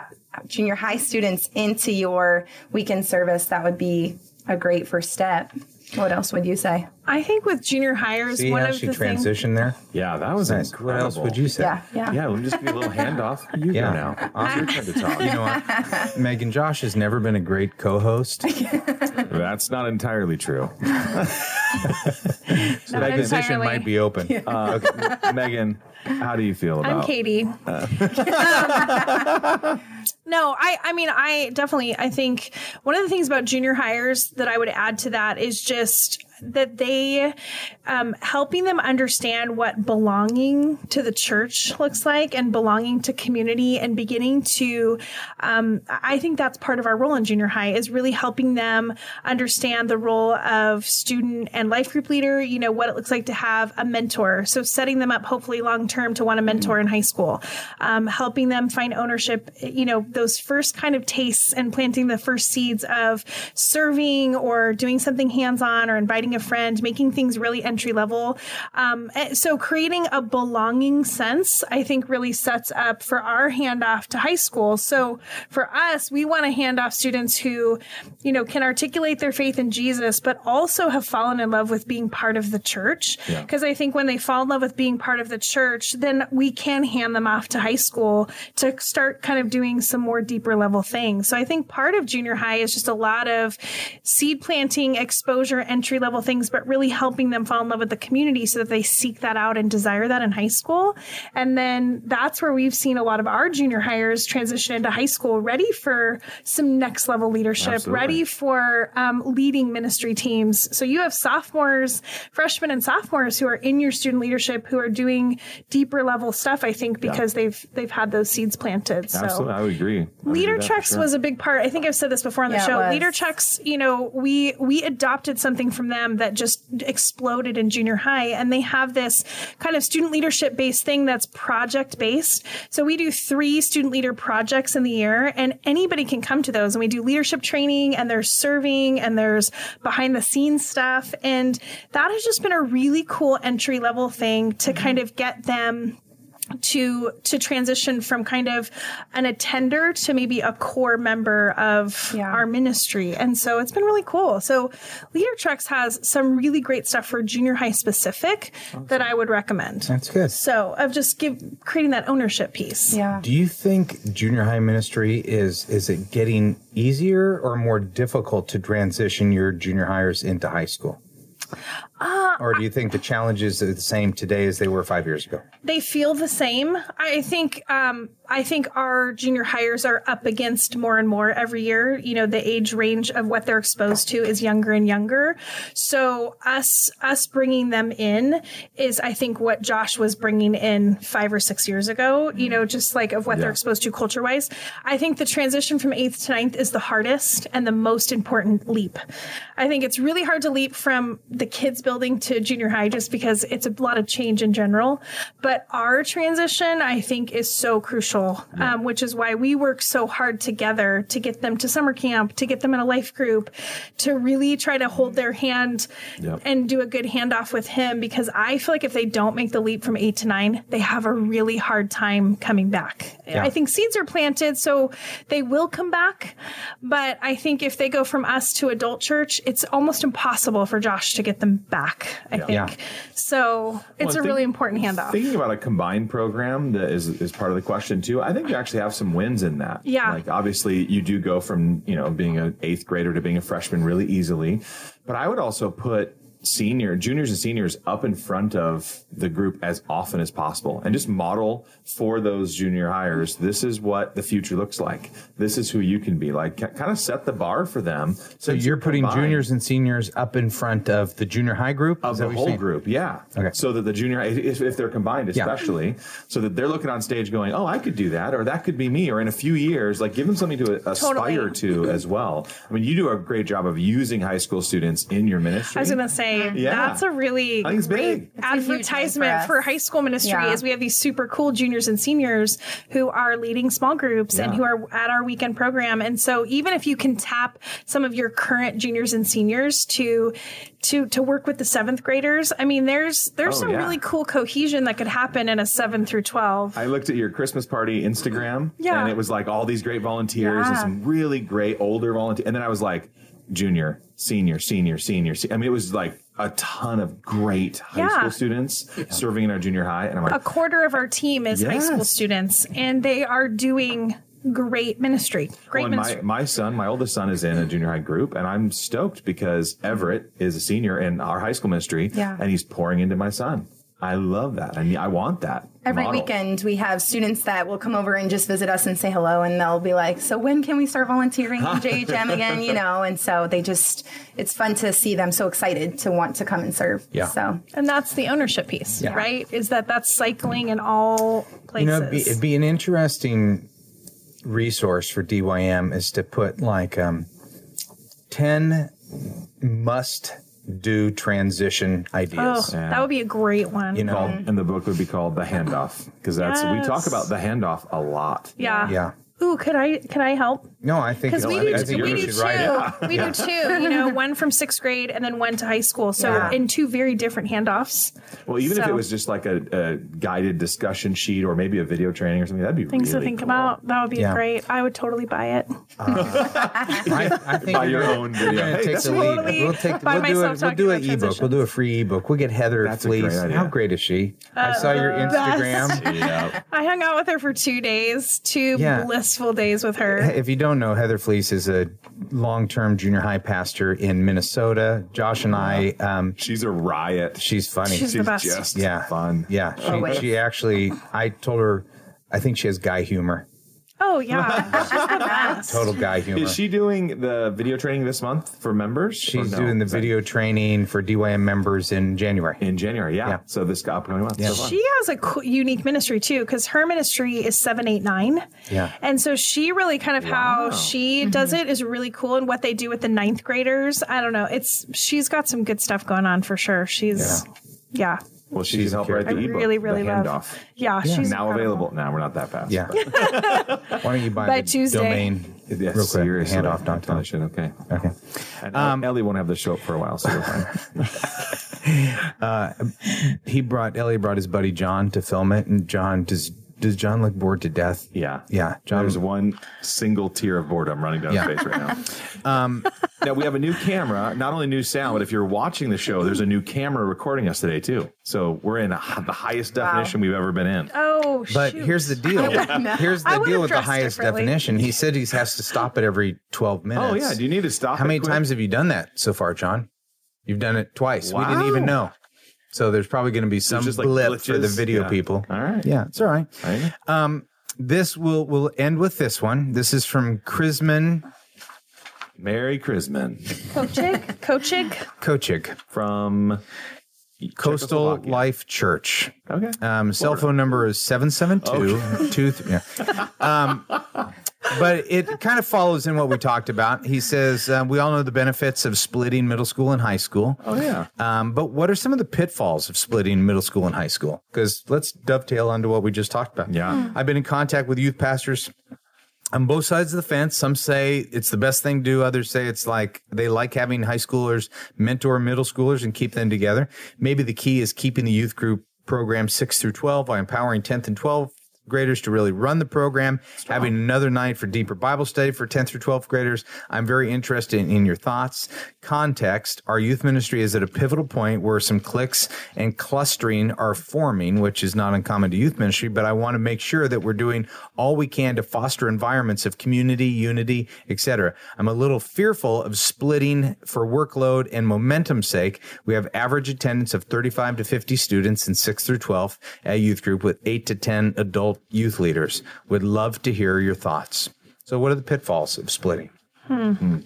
[SPEAKER 3] junior high students into your weekend service, that would be a great first step. What else would you say?
[SPEAKER 4] I think with junior hires,
[SPEAKER 1] See
[SPEAKER 4] one
[SPEAKER 1] how
[SPEAKER 4] of
[SPEAKER 1] she
[SPEAKER 4] the things.
[SPEAKER 1] transitioned there?
[SPEAKER 2] Yeah, that was
[SPEAKER 1] Nice. What else would you say?
[SPEAKER 3] Yeah, yeah.
[SPEAKER 2] Yeah, let me just give you a little handoff. [laughs] You
[SPEAKER 1] Yeah.
[SPEAKER 2] go now. It's your turn to talk.
[SPEAKER 1] You know
[SPEAKER 4] [laughs]
[SPEAKER 1] what? Megan Josh has never been a great co host.
[SPEAKER 2] [laughs] That's not entirely true.
[SPEAKER 1] So that position
[SPEAKER 4] entirely.
[SPEAKER 1] might be open.
[SPEAKER 2] Uh, Megan, how do you feel about
[SPEAKER 4] I'm Katie. [laughs] no, I I mean I definitely I think one of the things about junior hires that I would add to that is just that they um, helping them understand what belonging to the church looks like and belonging to community and beginning to um, i think that's part of our role in junior high is really helping them understand the role of student and life group leader you know what it looks like to have a mentor so setting them up hopefully long term to want a mentor in high school um, helping them find ownership you know those first kind of tastes and planting the first seeds of serving or doing something hands-on or inviting a friend making things really entry level um, eh, so creating a belonging sense i think really sets up for our handoff to high school so for us we want to hand off students who you know can articulate their faith in jesus but also have fallen in love with being part of the church
[SPEAKER 2] Yeah.
[SPEAKER 4] because I think when they fall in love with being part of the church, then we can hand them off to high school to start kind of doing some more deeper level things. So I think part of junior high is just a lot of seed planting, exposure, entry level things, but really helping them fall in love with the community so that they seek that out and desire that in high school. And then that's where we've seen a lot of our junior hires transition into high school ready for some next level leadership,
[SPEAKER 2] Absolutely.
[SPEAKER 4] ready for um, leading ministry teams. So you have sophomores, freshmen, and sophomores who are in your student leadership who are doing deeper level stuff. I think because they've they've had those seeds planted. So.
[SPEAKER 2] Absolutely, I would agree. I would agree
[SPEAKER 4] Leader
[SPEAKER 2] with that for
[SPEAKER 4] checks
[SPEAKER 2] sure.
[SPEAKER 4] was a big part. I think I've said this before on the
[SPEAKER 3] Yeah, it
[SPEAKER 4] show.
[SPEAKER 3] was.
[SPEAKER 4] Leader checks, you know, we we adopted something from them program that just exploded in junior high. And they have this kind of student leadership based thing that's project based. So we do three student leader projects in the year, and anybody can come to those. And we do leadership training, and there's serving, and there's behind the scenes stuff. And that has just been a really cool entry level thing to
[SPEAKER 3] Mm-hmm.
[SPEAKER 4] kind of get them to to transition from kind of an attender to maybe a core member of
[SPEAKER 3] Yeah.
[SPEAKER 4] our ministry and so it's been really cool so leader Treks has some really great stuff for junior high specific that i would recommend
[SPEAKER 1] That's good.
[SPEAKER 4] so of just give creating that ownership piece
[SPEAKER 3] Yeah.
[SPEAKER 1] Do you think junior high ministry is is it getting easier or more difficult to transition your junior hires into high school?
[SPEAKER 4] Uh,
[SPEAKER 1] or do you think the challenges are the same today as they were five years ago?
[SPEAKER 4] they feel the same. I think um, I think our junior hires are up against more and more every year. You know, the age range of what they're exposed to is younger and younger. So us us bringing them in is I think what Josh was bringing in five or six years ago. You know, just like of what they're
[SPEAKER 2] Yeah.
[SPEAKER 4] exposed to culture wise. I think the transition from eighth to ninth is the hardest and the most important leap. I think it's really hard to leap from the kids building to junior high just because it's a lot of change in general. But our transition, I think, is so crucial, um, which is why we work so hard together to get them to summer camp, to get them in a life group, to really try to hold their hand
[SPEAKER 2] Yep.
[SPEAKER 4] and do a good handoff with him. Because I feel like if they don't make the leap from eight to nine, they have a really hard time coming back. I think seeds are planted, so they will come back. But I think if they go from us to adult church, it's almost impossible for Josh to get them back. I think
[SPEAKER 1] Yeah.
[SPEAKER 4] so. It's
[SPEAKER 2] Well,
[SPEAKER 4] a
[SPEAKER 2] think-
[SPEAKER 4] really important handoff.
[SPEAKER 2] Thinking about a combined program that is is part of the question too. I think you actually have some wins in that.
[SPEAKER 4] Yeah.
[SPEAKER 2] Like obviously you do go from you know being an eighth grader to being a freshman really easily, but I would also put senior juniors and seniors up in front of the group as often as possible and just model for those junior hires this is what the future looks like this is who you can be like kind of set the bar for them
[SPEAKER 1] So you're putting
[SPEAKER 2] juniors.
[SPEAKER 1] juniors and seniors up in front of the junior high group
[SPEAKER 2] of
[SPEAKER 1] Is that
[SPEAKER 2] the
[SPEAKER 1] what you're
[SPEAKER 2] whole
[SPEAKER 1] saying?
[SPEAKER 2] group, yeah.
[SPEAKER 1] Okay.
[SPEAKER 2] So that the junior, if, if they're combined,
[SPEAKER 1] Yeah.
[SPEAKER 2] especially, so that they're looking on stage going, "Oh, I could do that," or "That could be me," or in a few years, like give them something to aspire
[SPEAKER 4] Mm-hmm.
[SPEAKER 2] to as well. I mean, you do a great job of using high school students in your ministry.
[SPEAKER 4] I was gonna say
[SPEAKER 2] Yeah.
[SPEAKER 4] that's a really
[SPEAKER 2] I think it's big. It's
[SPEAKER 4] great
[SPEAKER 3] a huge win for
[SPEAKER 4] advertisement
[SPEAKER 3] us.
[SPEAKER 4] for, high school ministry.
[SPEAKER 3] Yeah.
[SPEAKER 4] Is we have these super cool juniors and seniors who are leading small groups and
[SPEAKER 2] Yeah.
[SPEAKER 4] who are at our weekend program. And so even if you can tap some of your current juniors and seniors to to to work with the seventh graders, I mean, there's there's
[SPEAKER 2] Oh,
[SPEAKER 4] some
[SPEAKER 2] yeah.
[SPEAKER 4] really cool cohesion that could happen in a seven through twelve.
[SPEAKER 2] I looked at your Christmas party Instagram,
[SPEAKER 4] Yeah.
[SPEAKER 2] and it was like all these great volunteers and
[SPEAKER 3] Yeah.
[SPEAKER 2] some really great older volunteers. And then I was like, junior, senior, senior, senior. se- I mean, it was like a ton of great high
[SPEAKER 4] Yeah.
[SPEAKER 2] school students serving in our junior high, and I'm like,
[SPEAKER 4] a quarter of our team is high school
[SPEAKER 2] Yes.
[SPEAKER 4] students, and they are doing great ministry. Great
[SPEAKER 2] Well, and
[SPEAKER 4] ministry.
[SPEAKER 2] my, my son, my oldest son, is in a junior high group, and I'm stoked because Everett is a senior in our high school ministry,
[SPEAKER 3] Yeah.
[SPEAKER 2] and he's pouring into my son. I love that. I mean, I want that
[SPEAKER 3] Every
[SPEAKER 2] model.
[SPEAKER 3] weekend, we have students that will come over and just visit us and say hello, and they'll be like, "So when can we
[SPEAKER 1] [laughs]
[SPEAKER 3] start volunteering in JHM again?" You know, and so they just—it's fun to see them so excited to want to come and serve.
[SPEAKER 1] Yeah.
[SPEAKER 3] So
[SPEAKER 4] And that's the ownership piece,
[SPEAKER 1] Yeah.
[SPEAKER 4] right? Is that that's cycling in all
[SPEAKER 1] You
[SPEAKER 4] places.
[SPEAKER 1] know, it'd be, it'd be an interesting resource for DYM is to put like um, 10 must do transition
[SPEAKER 4] oh,
[SPEAKER 1] ideas.
[SPEAKER 4] that would be a great one.
[SPEAKER 1] You know,
[SPEAKER 2] Called- and the book would be called The Handoff because that's we talk
[SPEAKER 4] Yes.
[SPEAKER 2] about the handoff a lot.
[SPEAKER 4] yeah.
[SPEAKER 1] yeah.
[SPEAKER 4] Ooh, could I could I help?
[SPEAKER 1] No, I think
[SPEAKER 4] Because we
[SPEAKER 1] I
[SPEAKER 4] do,
[SPEAKER 1] think- I
[SPEAKER 4] t-
[SPEAKER 1] think
[SPEAKER 4] we
[SPEAKER 1] you
[SPEAKER 4] do
[SPEAKER 1] should
[SPEAKER 4] two.
[SPEAKER 1] write it. [laughs]
[SPEAKER 4] We do two. You know, one from sixth grade and then one to high school. So
[SPEAKER 3] Yeah.
[SPEAKER 4] in two very different handoffs.
[SPEAKER 2] Well, even if
[SPEAKER 4] So-
[SPEAKER 2] it was just like a, a guided discussion sheet or maybe a video training or something, that'd be
[SPEAKER 4] Things
[SPEAKER 2] really
[SPEAKER 4] to think
[SPEAKER 2] cool.
[SPEAKER 4] about. That would be
[SPEAKER 1] Yeah.
[SPEAKER 4] great. I would totally buy it.
[SPEAKER 1] I,
[SPEAKER 2] [laughs]
[SPEAKER 1] I think
[SPEAKER 2] By your own video.
[SPEAKER 1] We're gonna
[SPEAKER 2] Hey,
[SPEAKER 1] take
[SPEAKER 2] that's
[SPEAKER 1] the
[SPEAKER 2] what-
[SPEAKER 1] lead.
[SPEAKER 4] totally
[SPEAKER 1] We'll take.
[SPEAKER 4] by
[SPEAKER 1] We'll do
[SPEAKER 4] myself
[SPEAKER 1] it. We'll do
[SPEAKER 4] talking
[SPEAKER 1] an
[SPEAKER 4] about
[SPEAKER 1] ebook. We'll do a free ebook. We'll get Heather
[SPEAKER 2] That's a great
[SPEAKER 1] Fleece.
[SPEAKER 2] idea. Uh,
[SPEAKER 1] How great is she? I saw your Instagram.
[SPEAKER 2] [laughs] Yeah.
[SPEAKER 4] I hung out with her for two days, two
[SPEAKER 1] Yeah.
[SPEAKER 4] blissful days with her.
[SPEAKER 1] If you don't know, Heather Fleece is a long-term junior high pastor in Minnesota. Josh and I. Um,
[SPEAKER 2] She's a riot. She's
[SPEAKER 1] she's Oh, funny.
[SPEAKER 4] She's the best.
[SPEAKER 2] just
[SPEAKER 1] Yeah.
[SPEAKER 2] fun.
[SPEAKER 1] yeah. She,
[SPEAKER 3] wait.
[SPEAKER 1] she actually. I told her. I think she has guy humor.
[SPEAKER 4] Oh yeah,
[SPEAKER 1] [laughs]
[SPEAKER 4] she's the best.
[SPEAKER 1] Total guy humor.
[SPEAKER 2] Is she doing the video training this month for members?
[SPEAKER 1] She's
[SPEAKER 2] Or no?
[SPEAKER 1] doing the
[SPEAKER 2] Is that-
[SPEAKER 1] video training for DYM members in January.
[SPEAKER 2] in January. Yeah.
[SPEAKER 1] Yeah.
[SPEAKER 2] So this got upcoming month. So far.
[SPEAKER 4] She has a co- unique ministry too, because her ministry is seven, eight, nine.
[SPEAKER 1] Yeah.
[SPEAKER 4] And so she really kind of
[SPEAKER 2] Wow.
[SPEAKER 4] how she does it is really cool, and what they do with the ninth graders. I don't know. It's she's got some good stuff going on for sure. She's yeah,
[SPEAKER 2] well, she can
[SPEAKER 1] She's
[SPEAKER 2] help
[SPEAKER 1] a
[SPEAKER 2] write the
[SPEAKER 1] character.
[SPEAKER 2] ebook.
[SPEAKER 4] really, really
[SPEAKER 2] the
[SPEAKER 4] love-
[SPEAKER 2] handoff.
[SPEAKER 4] yeah. she's
[SPEAKER 2] now
[SPEAKER 4] incredible.
[SPEAKER 2] available. Now we're not that fast.
[SPEAKER 1] Yeah. [laughs] Why don't you buy
[SPEAKER 4] By
[SPEAKER 1] the
[SPEAKER 4] Tuesday.
[SPEAKER 1] domain?
[SPEAKER 2] Yes,
[SPEAKER 1] Real quick,
[SPEAKER 2] seriously.
[SPEAKER 1] handoff dot com.
[SPEAKER 2] Shit, Okay.
[SPEAKER 1] Okay. Um,
[SPEAKER 2] And uh, Ellie won't have the show up for a while, so
[SPEAKER 1] [laughs]
[SPEAKER 2] we're fine.
[SPEAKER 1] He brought Elliot brought his buddy John to film it, and John does does John look bored to death?
[SPEAKER 2] Yeah.
[SPEAKER 1] Yeah. John
[SPEAKER 2] There's one single tear of boredom running down
[SPEAKER 1] Yeah. Um,
[SPEAKER 2] his face right now.
[SPEAKER 1] [laughs]
[SPEAKER 2] now we have a new camera, not only new sound, but if you're watching the show, there's a new camera recording us today too. So we're in a, the highest definition we've ever been in.
[SPEAKER 4] Oh,
[SPEAKER 1] But
[SPEAKER 4] shoot.
[SPEAKER 1] here's the deal. Here's
[SPEAKER 4] [laughs] I
[SPEAKER 1] the
[SPEAKER 4] would've
[SPEAKER 1] deal with the
[SPEAKER 4] dressed
[SPEAKER 1] highest
[SPEAKER 4] differently.
[SPEAKER 1] definition. He said he has to stop it every 12 minutes.
[SPEAKER 2] oh yeah, do you need to stop?
[SPEAKER 1] How
[SPEAKER 2] it
[SPEAKER 1] many
[SPEAKER 2] quick?
[SPEAKER 1] times have you done that so far, John? You've done it twice. We didn't even know. So there's probably going to be some
[SPEAKER 2] just, like,
[SPEAKER 1] blip for the
[SPEAKER 2] glitches?
[SPEAKER 1] video
[SPEAKER 2] Yeah.
[SPEAKER 1] people.
[SPEAKER 2] All right.
[SPEAKER 1] Yeah, it's all right.
[SPEAKER 2] All right.
[SPEAKER 1] This will will end with this one. This is from Chrisman
[SPEAKER 2] Merry Chrisman [laughs]
[SPEAKER 4] Kochig, Kochig.
[SPEAKER 1] Kochik,
[SPEAKER 2] from
[SPEAKER 1] Coastal
[SPEAKER 2] Czechoslovakia.
[SPEAKER 1] Life Church.
[SPEAKER 2] Okay.
[SPEAKER 1] Um, cell phone number is 772 [laughs] two th- yeah. um, But it kind of follows in what we talked about. He says, um, We all know the benefits of splitting middle school and high school.
[SPEAKER 2] oh yeah.
[SPEAKER 1] Um, but what are some of the pitfalls of splitting middle school and high school? Because let's dovetail onto what we just talked about.
[SPEAKER 2] Yeah. Mm.
[SPEAKER 1] I've been in contact with youth pastors on both sides of the fence. Some say it's the best thing to do, others say it's like they like having high schoolers mentor middle schoolers and keep them together. Maybe the key is keeping the youth group program six through 12 by empowering 10th and 12th graders to really run the program, having another night for deeper Bible study for 10th through 12th graders. I'm very interested in, your thoughts. Context Our youth ministry is at a pivotal point where some cliques and clustering are forming, which is not uncommon to youth ministry, but I want to make sure that we're doing all we can to foster environments of community, unity, etc. I'm a little fearful of splitting for workload and momentum's sake. We have average attendance of 35 to 50 students in 6th through 12th at youth group with 8 to 10 adult youth leaders. Would love to hear your thoughts. So what are the pitfalls of splitting?
[SPEAKER 2] I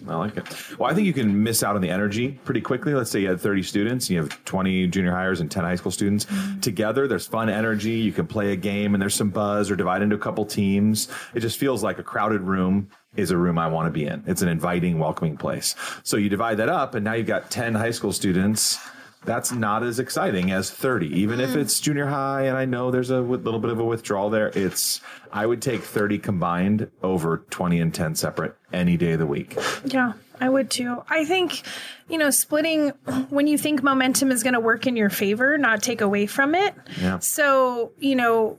[SPEAKER 2] like it. Well, I think you can miss out on the energy pretty quickly. Let's say you had 30 students, you have 20 junior hires and 10 high school students together. There's fun energy. You can play a game and there's some buzz or divide into a couple teams. It just feels like a crowded room is a room I want to be in. It's an inviting, welcoming place. So you divide that up and now you've got 10 high school students. That's not as exciting as 30, even if it's junior high. And I know there's a wi- little bit of a withdrawal there. It's, I would take 30 combined over 20 and 10 separate any day of the week.
[SPEAKER 4] Yeah, I would too. I think, you know, splitting when you think momentum is going to work in your favor, not take away from it.
[SPEAKER 2] Yeah.
[SPEAKER 4] So, you know,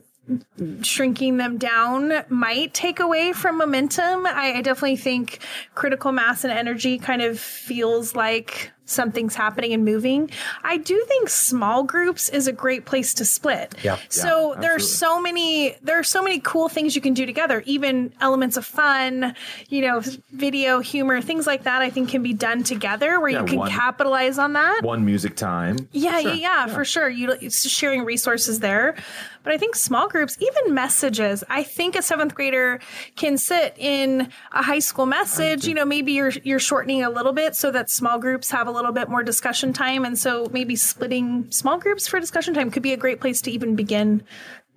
[SPEAKER 4] shrinking them down might take away from momentum. I, I definitely think critical mass and energy kind of feels like something's happening and moving. I do think small groups is a great place to split.
[SPEAKER 1] Yeah.
[SPEAKER 4] So
[SPEAKER 2] Yeah,
[SPEAKER 4] there are
[SPEAKER 2] absolutely.
[SPEAKER 4] so many there are so many cool things you can do together, even elements of fun, you know, video, humor, things like that I think can be done together where
[SPEAKER 2] Yeah,
[SPEAKER 4] you can
[SPEAKER 2] one-
[SPEAKER 4] capitalize on that.
[SPEAKER 2] one music time.
[SPEAKER 4] Yeah, yeah, yeah, for sure. You it's sharing resources there, but I think small groups, even messages. I think a seventh grader can sit in a high school message. You know, maybe you're you're shortening a little bit so that small groups have a little bit more discussion time, and so maybe splitting small groups for discussion time could be a great place to even begin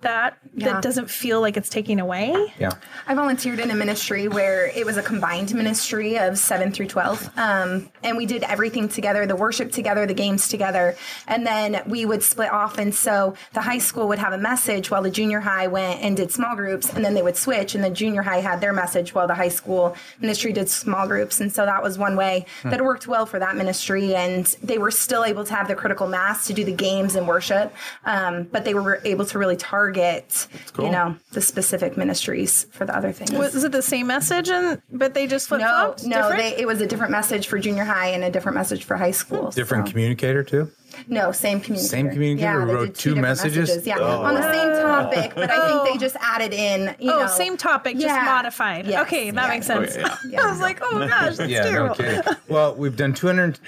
[SPEAKER 4] that.
[SPEAKER 3] Yeah.
[SPEAKER 4] That doesn't feel like it's taking away.
[SPEAKER 1] Yeah.
[SPEAKER 3] I volunteered in a ministry where it was a combined ministry of seven through 12. Um, and we did everything together the worship together, the games together. And then we would split off. And so the high school would have a message while the junior high went and did small groups. And then they would switch. And the junior high had their message while the high school ministry did small groups. And so that was one way that worked well for that ministry. And they were still able to have the critical mass to do the games and worship. Um, but they were able to really target,
[SPEAKER 2] cool.
[SPEAKER 3] you know, the specific ministries for the other things.
[SPEAKER 4] Was it the same message, and but they just flip
[SPEAKER 3] no,
[SPEAKER 4] flopped? Hmm.
[SPEAKER 3] no, they, it was a different message for junior high and a different message for high school.
[SPEAKER 1] Different
[SPEAKER 3] so.
[SPEAKER 1] communicator too?
[SPEAKER 3] No, same communicator.
[SPEAKER 1] Same communicator
[SPEAKER 3] Yeah,
[SPEAKER 1] who
[SPEAKER 3] they
[SPEAKER 1] wrote
[SPEAKER 3] did two
[SPEAKER 1] two
[SPEAKER 3] different
[SPEAKER 1] messages?
[SPEAKER 3] Yeah, on the same topic, but I think
[SPEAKER 4] Oh.
[SPEAKER 3] they just added in. You
[SPEAKER 4] Oh,
[SPEAKER 3] know,
[SPEAKER 4] same topic, just
[SPEAKER 3] Yeah.
[SPEAKER 4] modified.
[SPEAKER 3] Yes.
[SPEAKER 4] Okay, that
[SPEAKER 3] Yeah.
[SPEAKER 4] makes sense.
[SPEAKER 2] Oh, yeah,
[SPEAKER 4] [laughs] I was like, oh gosh, that's
[SPEAKER 1] yeah,
[SPEAKER 4] terrible.
[SPEAKER 1] no kidding. Well, we've done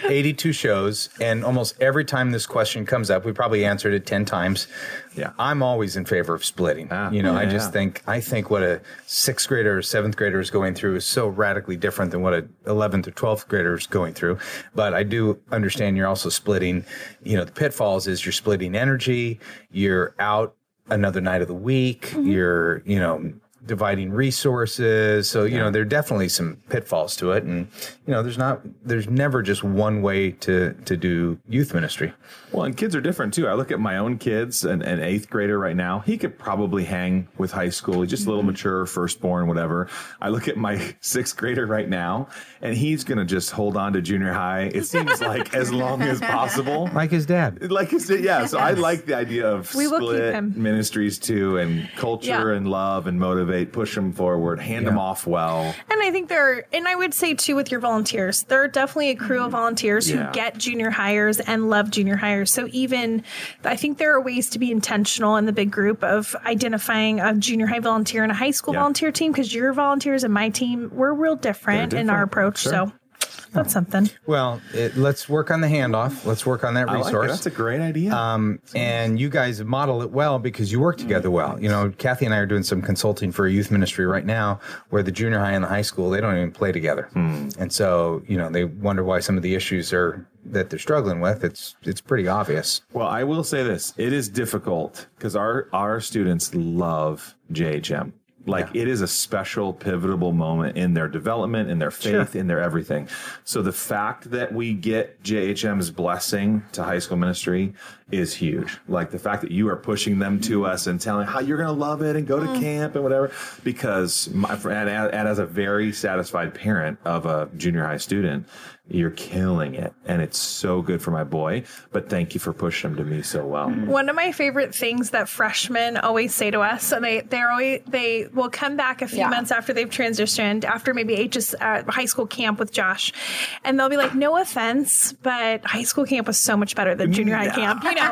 [SPEAKER 1] 282 shows, and almost every time this question comes up, we probably answered it 10 times.
[SPEAKER 2] Yeah.
[SPEAKER 1] I'm always in favor of splitting.
[SPEAKER 2] Ah,
[SPEAKER 1] you know, I
[SPEAKER 2] yeah,
[SPEAKER 1] just
[SPEAKER 2] yeah.
[SPEAKER 1] think I think what a sixth grader or seventh grader is going through is so radically different than what a 11th or 12th grader is going through. But I do understand you're also splitting. You know, the pitfalls is you're splitting energy. You're out another night of the week.
[SPEAKER 2] Mm-hmm.
[SPEAKER 1] You're you know dividing resources. So, you know, there are definitely some pitfalls to it. And, you know, there's not, there's never just one way to, to do youth ministry.
[SPEAKER 2] Well, and kids are different too. I look at my own kids, an, an eighth grader right now. He could probably hang with high school. He's just a little
[SPEAKER 4] Mm-hmm.
[SPEAKER 2] mature, firstborn, whatever. I look at my [laughs] sixth grader right now, and he's going to just hold on to junior high, it seems like, as long as
[SPEAKER 4] [laughs]
[SPEAKER 2] possible.
[SPEAKER 1] Like his dad.
[SPEAKER 2] Like you said, yeah. So I like the idea of
[SPEAKER 4] We will keep
[SPEAKER 2] split
[SPEAKER 4] him.
[SPEAKER 2] ministries too, and culture
[SPEAKER 4] Yeah.
[SPEAKER 2] and love and motivate, push them forward, hand them
[SPEAKER 1] Yeah.
[SPEAKER 2] off well.
[SPEAKER 4] And I think there are, and I would say too with your volunteers, there are definitely a crew
[SPEAKER 3] Mm-hmm.
[SPEAKER 4] of volunteers
[SPEAKER 2] Yeah.
[SPEAKER 4] who get junior hires and love junior hires. So even, I think there are ways to be intentional in the big group of identifying a junior high volunteer and a high school
[SPEAKER 2] Yeah.
[SPEAKER 4] volunteer team because your volunteers and my team, we're real different, in our
[SPEAKER 2] different.
[SPEAKER 4] approach.
[SPEAKER 2] Sure.
[SPEAKER 4] So that's something.
[SPEAKER 1] Well, it, let's work on the handoff. Let's work on that
[SPEAKER 2] I like it.
[SPEAKER 1] resource.
[SPEAKER 2] That's a great idea.
[SPEAKER 1] um, and you guys model it well because you work together well. You know, Kathy and I are doing some consulting for a youth ministry right now where the junior high and the high school, they don't even play together.
[SPEAKER 2] Hmm.
[SPEAKER 1] And so, you know, they wonder why some of the issues are that they're struggling with. It's, it's pretty obvious.
[SPEAKER 2] Well, I will say this: it is difficult because our our students love JHM. Like it is a special pivotal moment in their development, in their faith, in their everything. So the fact that we get JHM's blessing to high school ministry is huge. Like the fact that you are pushing them to us and telling how you're going to love it and go to camp and whatever. Because my friend, and, and as a very satisfied parent of a junior high student, you're killing it, and it's so good for my boy. But thank you for pushing him to me so well.
[SPEAKER 4] One of my favorite things that freshmen always say to us, and they they're always they will come back a few
[SPEAKER 3] Yeah.
[SPEAKER 4] months after they've transitioned, after maybe HS uh, high school camp with Josh, and they'll be like, "No offense, but high school camp was so much better than junior high camp," you know.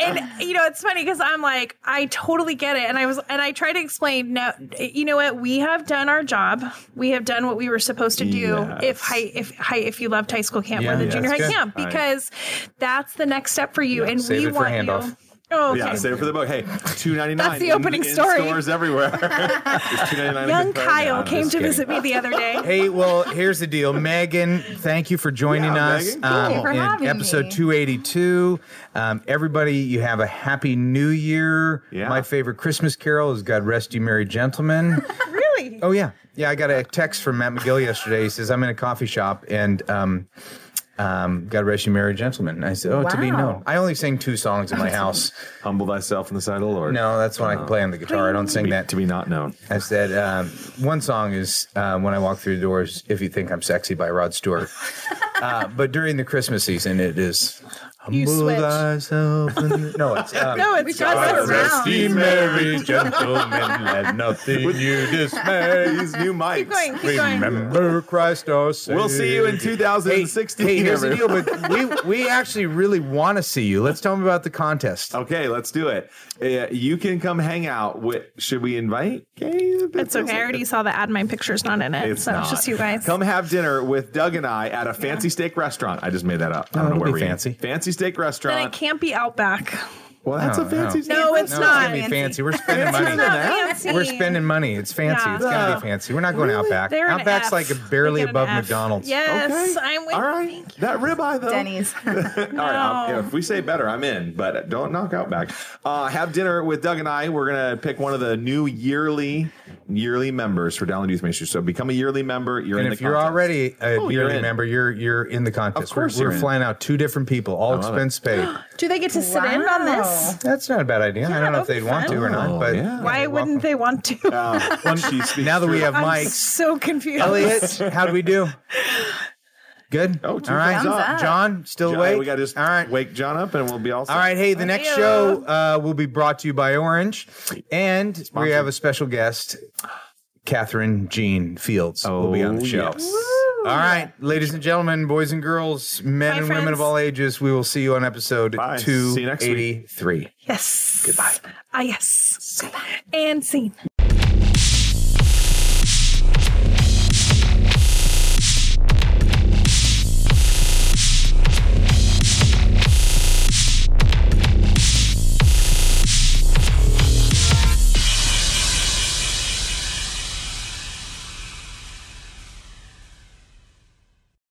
[SPEAKER 4] and you know, it's funny because I'm like, I totally get it, and I was and I try to explain. No, you know what? We have done our job. We have done what we were supposed to do. If
[SPEAKER 2] Yes.
[SPEAKER 4] high if high if you loved high school camp
[SPEAKER 1] Yeah,
[SPEAKER 4] more than
[SPEAKER 1] yeah,
[SPEAKER 4] junior high
[SPEAKER 1] that's good.
[SPEAKER 4] camp
[SPEAKER 2] All right.
[SPEAKER 4] because that's the next step for you,
[SPEAKER 2] Yeah,
[SPEAKER 4] and
[SPEAKER 1] save
[SPEAKER 4] we
[SPEAKER 1] it for
[SPEAKER 4] want you.
[SPEAKER 1] handoff.
[SPEAKER 4] Oh, okay.
[SPEAKER 2] Yeah, save it for the book. Hey, two ninety nine.
[SPEAKER 4] That's the opening story.
[SPEAKER 2] Stores
[SPEAKER 4] [laughs]
[SPEAKER 2] everywhere. It's $2.99
[SPEAKER 4] Young
[SPEAKER 2] in the
[SPEAKER 4] Kyle
[SPEAKER 2] card.
[SPEAKER 4] came to
[SPEAKER 1] kidding.
[SPEAKER 4] visit me the other day.
[SPEAKER 1] Hey, well, here's the deal, Megan. Thank you for joining
[SPEAKER 2] Yeah,
[SPEAKER 1] us um,
[SPEAKER 2] Megan, cool. Thank you
[SPEAKER 3] for
[SPEAKER 1] in
[SPEAKER 3] having
[SPEAKER 1] episode
[SPEAKER 3] me.
[SPEAKER 1] 282. Um, everybody, you have a happy New Year.
[SPEAKER 2] Yeah.
[SPEAKER 1] My favorite Christmas carol is "God Rest You Merry
[SPEAKER 3] [laughs]
[SPEAKER 1] Gentlemen."
[SPEAKER 4] really?
[SPEAKER 1] oh yeah, yeah. I got a text from Matt McGill yesterday. He says I'm in a coffee shop and. Um, um, God rest you, merry gentlemen. And I said, "Oh, to be
[SPEAKER 3] Wow.
[SPEAKER 1] known." I only sing two songs in my house.
[SPEAKER 2] Humble thyself in the sight of the Lord.
[SPEAKER 1] No, that's when I can play on the guitar. I don't
[SPEAKER 2] To
[SPEAKER 1] sing
[SPEAKER 2] be-
[SPEAKER 1] that
[SPEAKER 2] to be not known.
[SPEAKER 1] I said um, one song is um, "When I Walk Through the Doors." If you think I'm sexy by Rod Stewart, uh, but during the Christmas season, it is.
[SPEAKER 4] You
[SPEAKER 1] Humble
[SPEAKER 4] switch.
[SPEAKER 1] thyself and- No, it's um,
[SPEAKER 4] No, it's
[SPEAKER 3] just
[SPEAKER 4] just
[SPEAKER 3] us around.
[SPEAKER 4] around.
[SPEAKER 3] Rest ye
[SPEAKER 1] merry gentlemen, let nothing you dismay.
[SPEAKER 2] These new mics.
[SPEAKER 4] Keep going, keep going.
[SPEAKER 1] Remember Christ our Savior.
[SPEAKER 2] We'll see you in 2016.
[SPEAKER 1] Hey, here's the deal,
[SPEAKER 2] everyone.
[SPEAKER 1] but we [laughs] we actually really want to see you. Let's tell them about the contest.
[SPEAKER 2] Okay, let's do it. Uh, you can come hang out. With, should we invite? Okay,
[SPEAKER 4] It's okay. I already saw the ad. My picture's not in it,
[SPEAKER 2] It's
[SPEAKER 4] so it's
[SPEAKER 2] not.
[SPEAKER 4] just you guys.
[SPEAKER 2] Come have dinner with Doug and I at a fancy steak restaurant. I just made that up. I don't
[SPEAKER 1] No,
[SPEAKER 2] know
[SPEAKER 1] it'll
[SPEAKER 2] where
[SPEAKER 1] Oh, be
[SPEAKER 2] we
[SPEAKER 1] fancy.
[SPEAKER 2] Fancy steak
[SPEAKER 4] Then it
[SPEAKER 2] restaurant.
[SPEAKER 4] can't be Outback.
[SPEAKER 2] Well, that's
[SPEAKER 1] Oh, No,
[SPEAKER 2] a fancy
[SPEAKER 1] no.
[SPEAKER 2] steak.
[SPEAKER 4] No, it's
[SPEAKER 1] No, it's
[SPEAKER 4] not.
[SPEAKER 1] gonna be fancy. We're spending money.
[SPEAKER 4] It's not fancy.
[SPEAKER 1] We're spending money. It's fancy.
[SPEAKER 4] Yeah.
[SPEAKER 1] It's gotta
[SPEAKER 2] Uh,
[SPEAKER 1] be fancy. We're not going Outback.
[SPEAKER 4] They're an
[SPEAKER 1] Outback's
[SPEAKER 4] F.
[SPEAKER 1] like a barely
[SPEAKER 4] They get an
[SPEAKER 1] above
[SPEAKER 4] F.
[SPEAKER 1] McDonald's.
[SPEAKER 4] Yes, I'm with.
[SPEAKER 2] All right. That ribeye though.
[SPEAKER 3] Denny's.
[SPEAKER 2] All right. I'll- yeah, if we say better, I'm in, but don't knock out back. Uh, have dinner with Doug and I. We're gonna pick one of the new yearly yearly members for Download Youth Ministry. So become a yearly member. You're
[SPEAKER 1] And
[SPEAKER 2] in
[SPEAKER 1] if
[SPEAKER 2] the
[SPEAKER 1] you're
[SPEAKER 2] contest. [laughs]
[SPEAKER 1] already a
[SPEAKER 2] Oh, you're
[SPEAKER 1] yearly
[SPEAKER 2] in.
[SPEAKER 1] member, you're you're in the contest.
[SPEAKER 2] Of course
[SPEAKER 1] we're,
[SPEAKER 2] you're
[SPEAKER 1] we're
[SPEAKER 2] in.
[SPEAKER 1] flying out two different people, all
[SPEAKER 2] love it.
[SPEAKER 1] expense
[SPEAKER 4] [gasps]
[SPEAKER 1] paid.
[SPEAKER 4] Do they get to sit in on this?
[SPEAKER 3] Wow.
[SPEAKER 1] That's not a bad idea. I don't know if
[SPEAKER 4] that'd
[SPEAKER 1] they'd
[SPEAKER 4] be
[SPEAKER 1] want to
[SPEAKER 4] fun.
[SPEAKER 1] or
[SPEAKER 2] Oh,
[SPEAKER 1] not, but
[SPEAKER 2] yeah.
[SPEAKER 1] you know,
[SPEAKER 4] Why
[SPEAKER 1] you're
[SPEAKER 4] wouldn't they want to?
[SPEAKER 2] Uh, when she
[SPEAKER 1] welcome.
[SPEAKER 2] speaks
[SPEAKER 1] Now that we
[SPEAKER 2] through-
[SPEAKER 1] have
[SPEAKER 4] [laughs] I'm
[SPEAKER 1] mics,
[SPEAKER 4] so confused.
[SPEAKER 1] Elliot, how do we
[SPEAKER 4] [laughs]
[SPEAKER 1] do? Good.
[SPEAKER 2] Oh, two
[SPEAKER 1] all right.
[SPEAKER 2] thumbs
[SPEAKER 3] up.
[SPEAKER 1] John, still
[SPEAKER 2] John,
[SPEAKER 1] awake?
[SPEAKER 2] we gotta just
[SPEAKER 1] all right.
[SPEAKER 2] wake John up and we'll be all set.
[SPEAKER 1] All right, hey, the next
[SPEAKER 4] Adios.
[SPEAKER 1] show uh, will be brought to you by Orange, and we
[SPEAKER 2] Oh,
[SPEAKER 1] Oh, have a special guest, Catherine Jean Fields, will be on the show.
[SPEAKER 2] yes.
[SPEAKER 1] All right, ladies and gentlemen, boys and girls, men
[SPEAKER 4] Bye,
[SPEAKER 1] and women
[SPEAKER 4] friends.
[SPEAKER 1] of all ages, we will see you on episode
[SPEAKER 2] Bye. See you next week.
[SPEAKER 1] 283.
[SPEAKER 4] Yes.
[SPEAKER 2] Goodbye.
[SPEAKER 4] Ah, yes. And scene.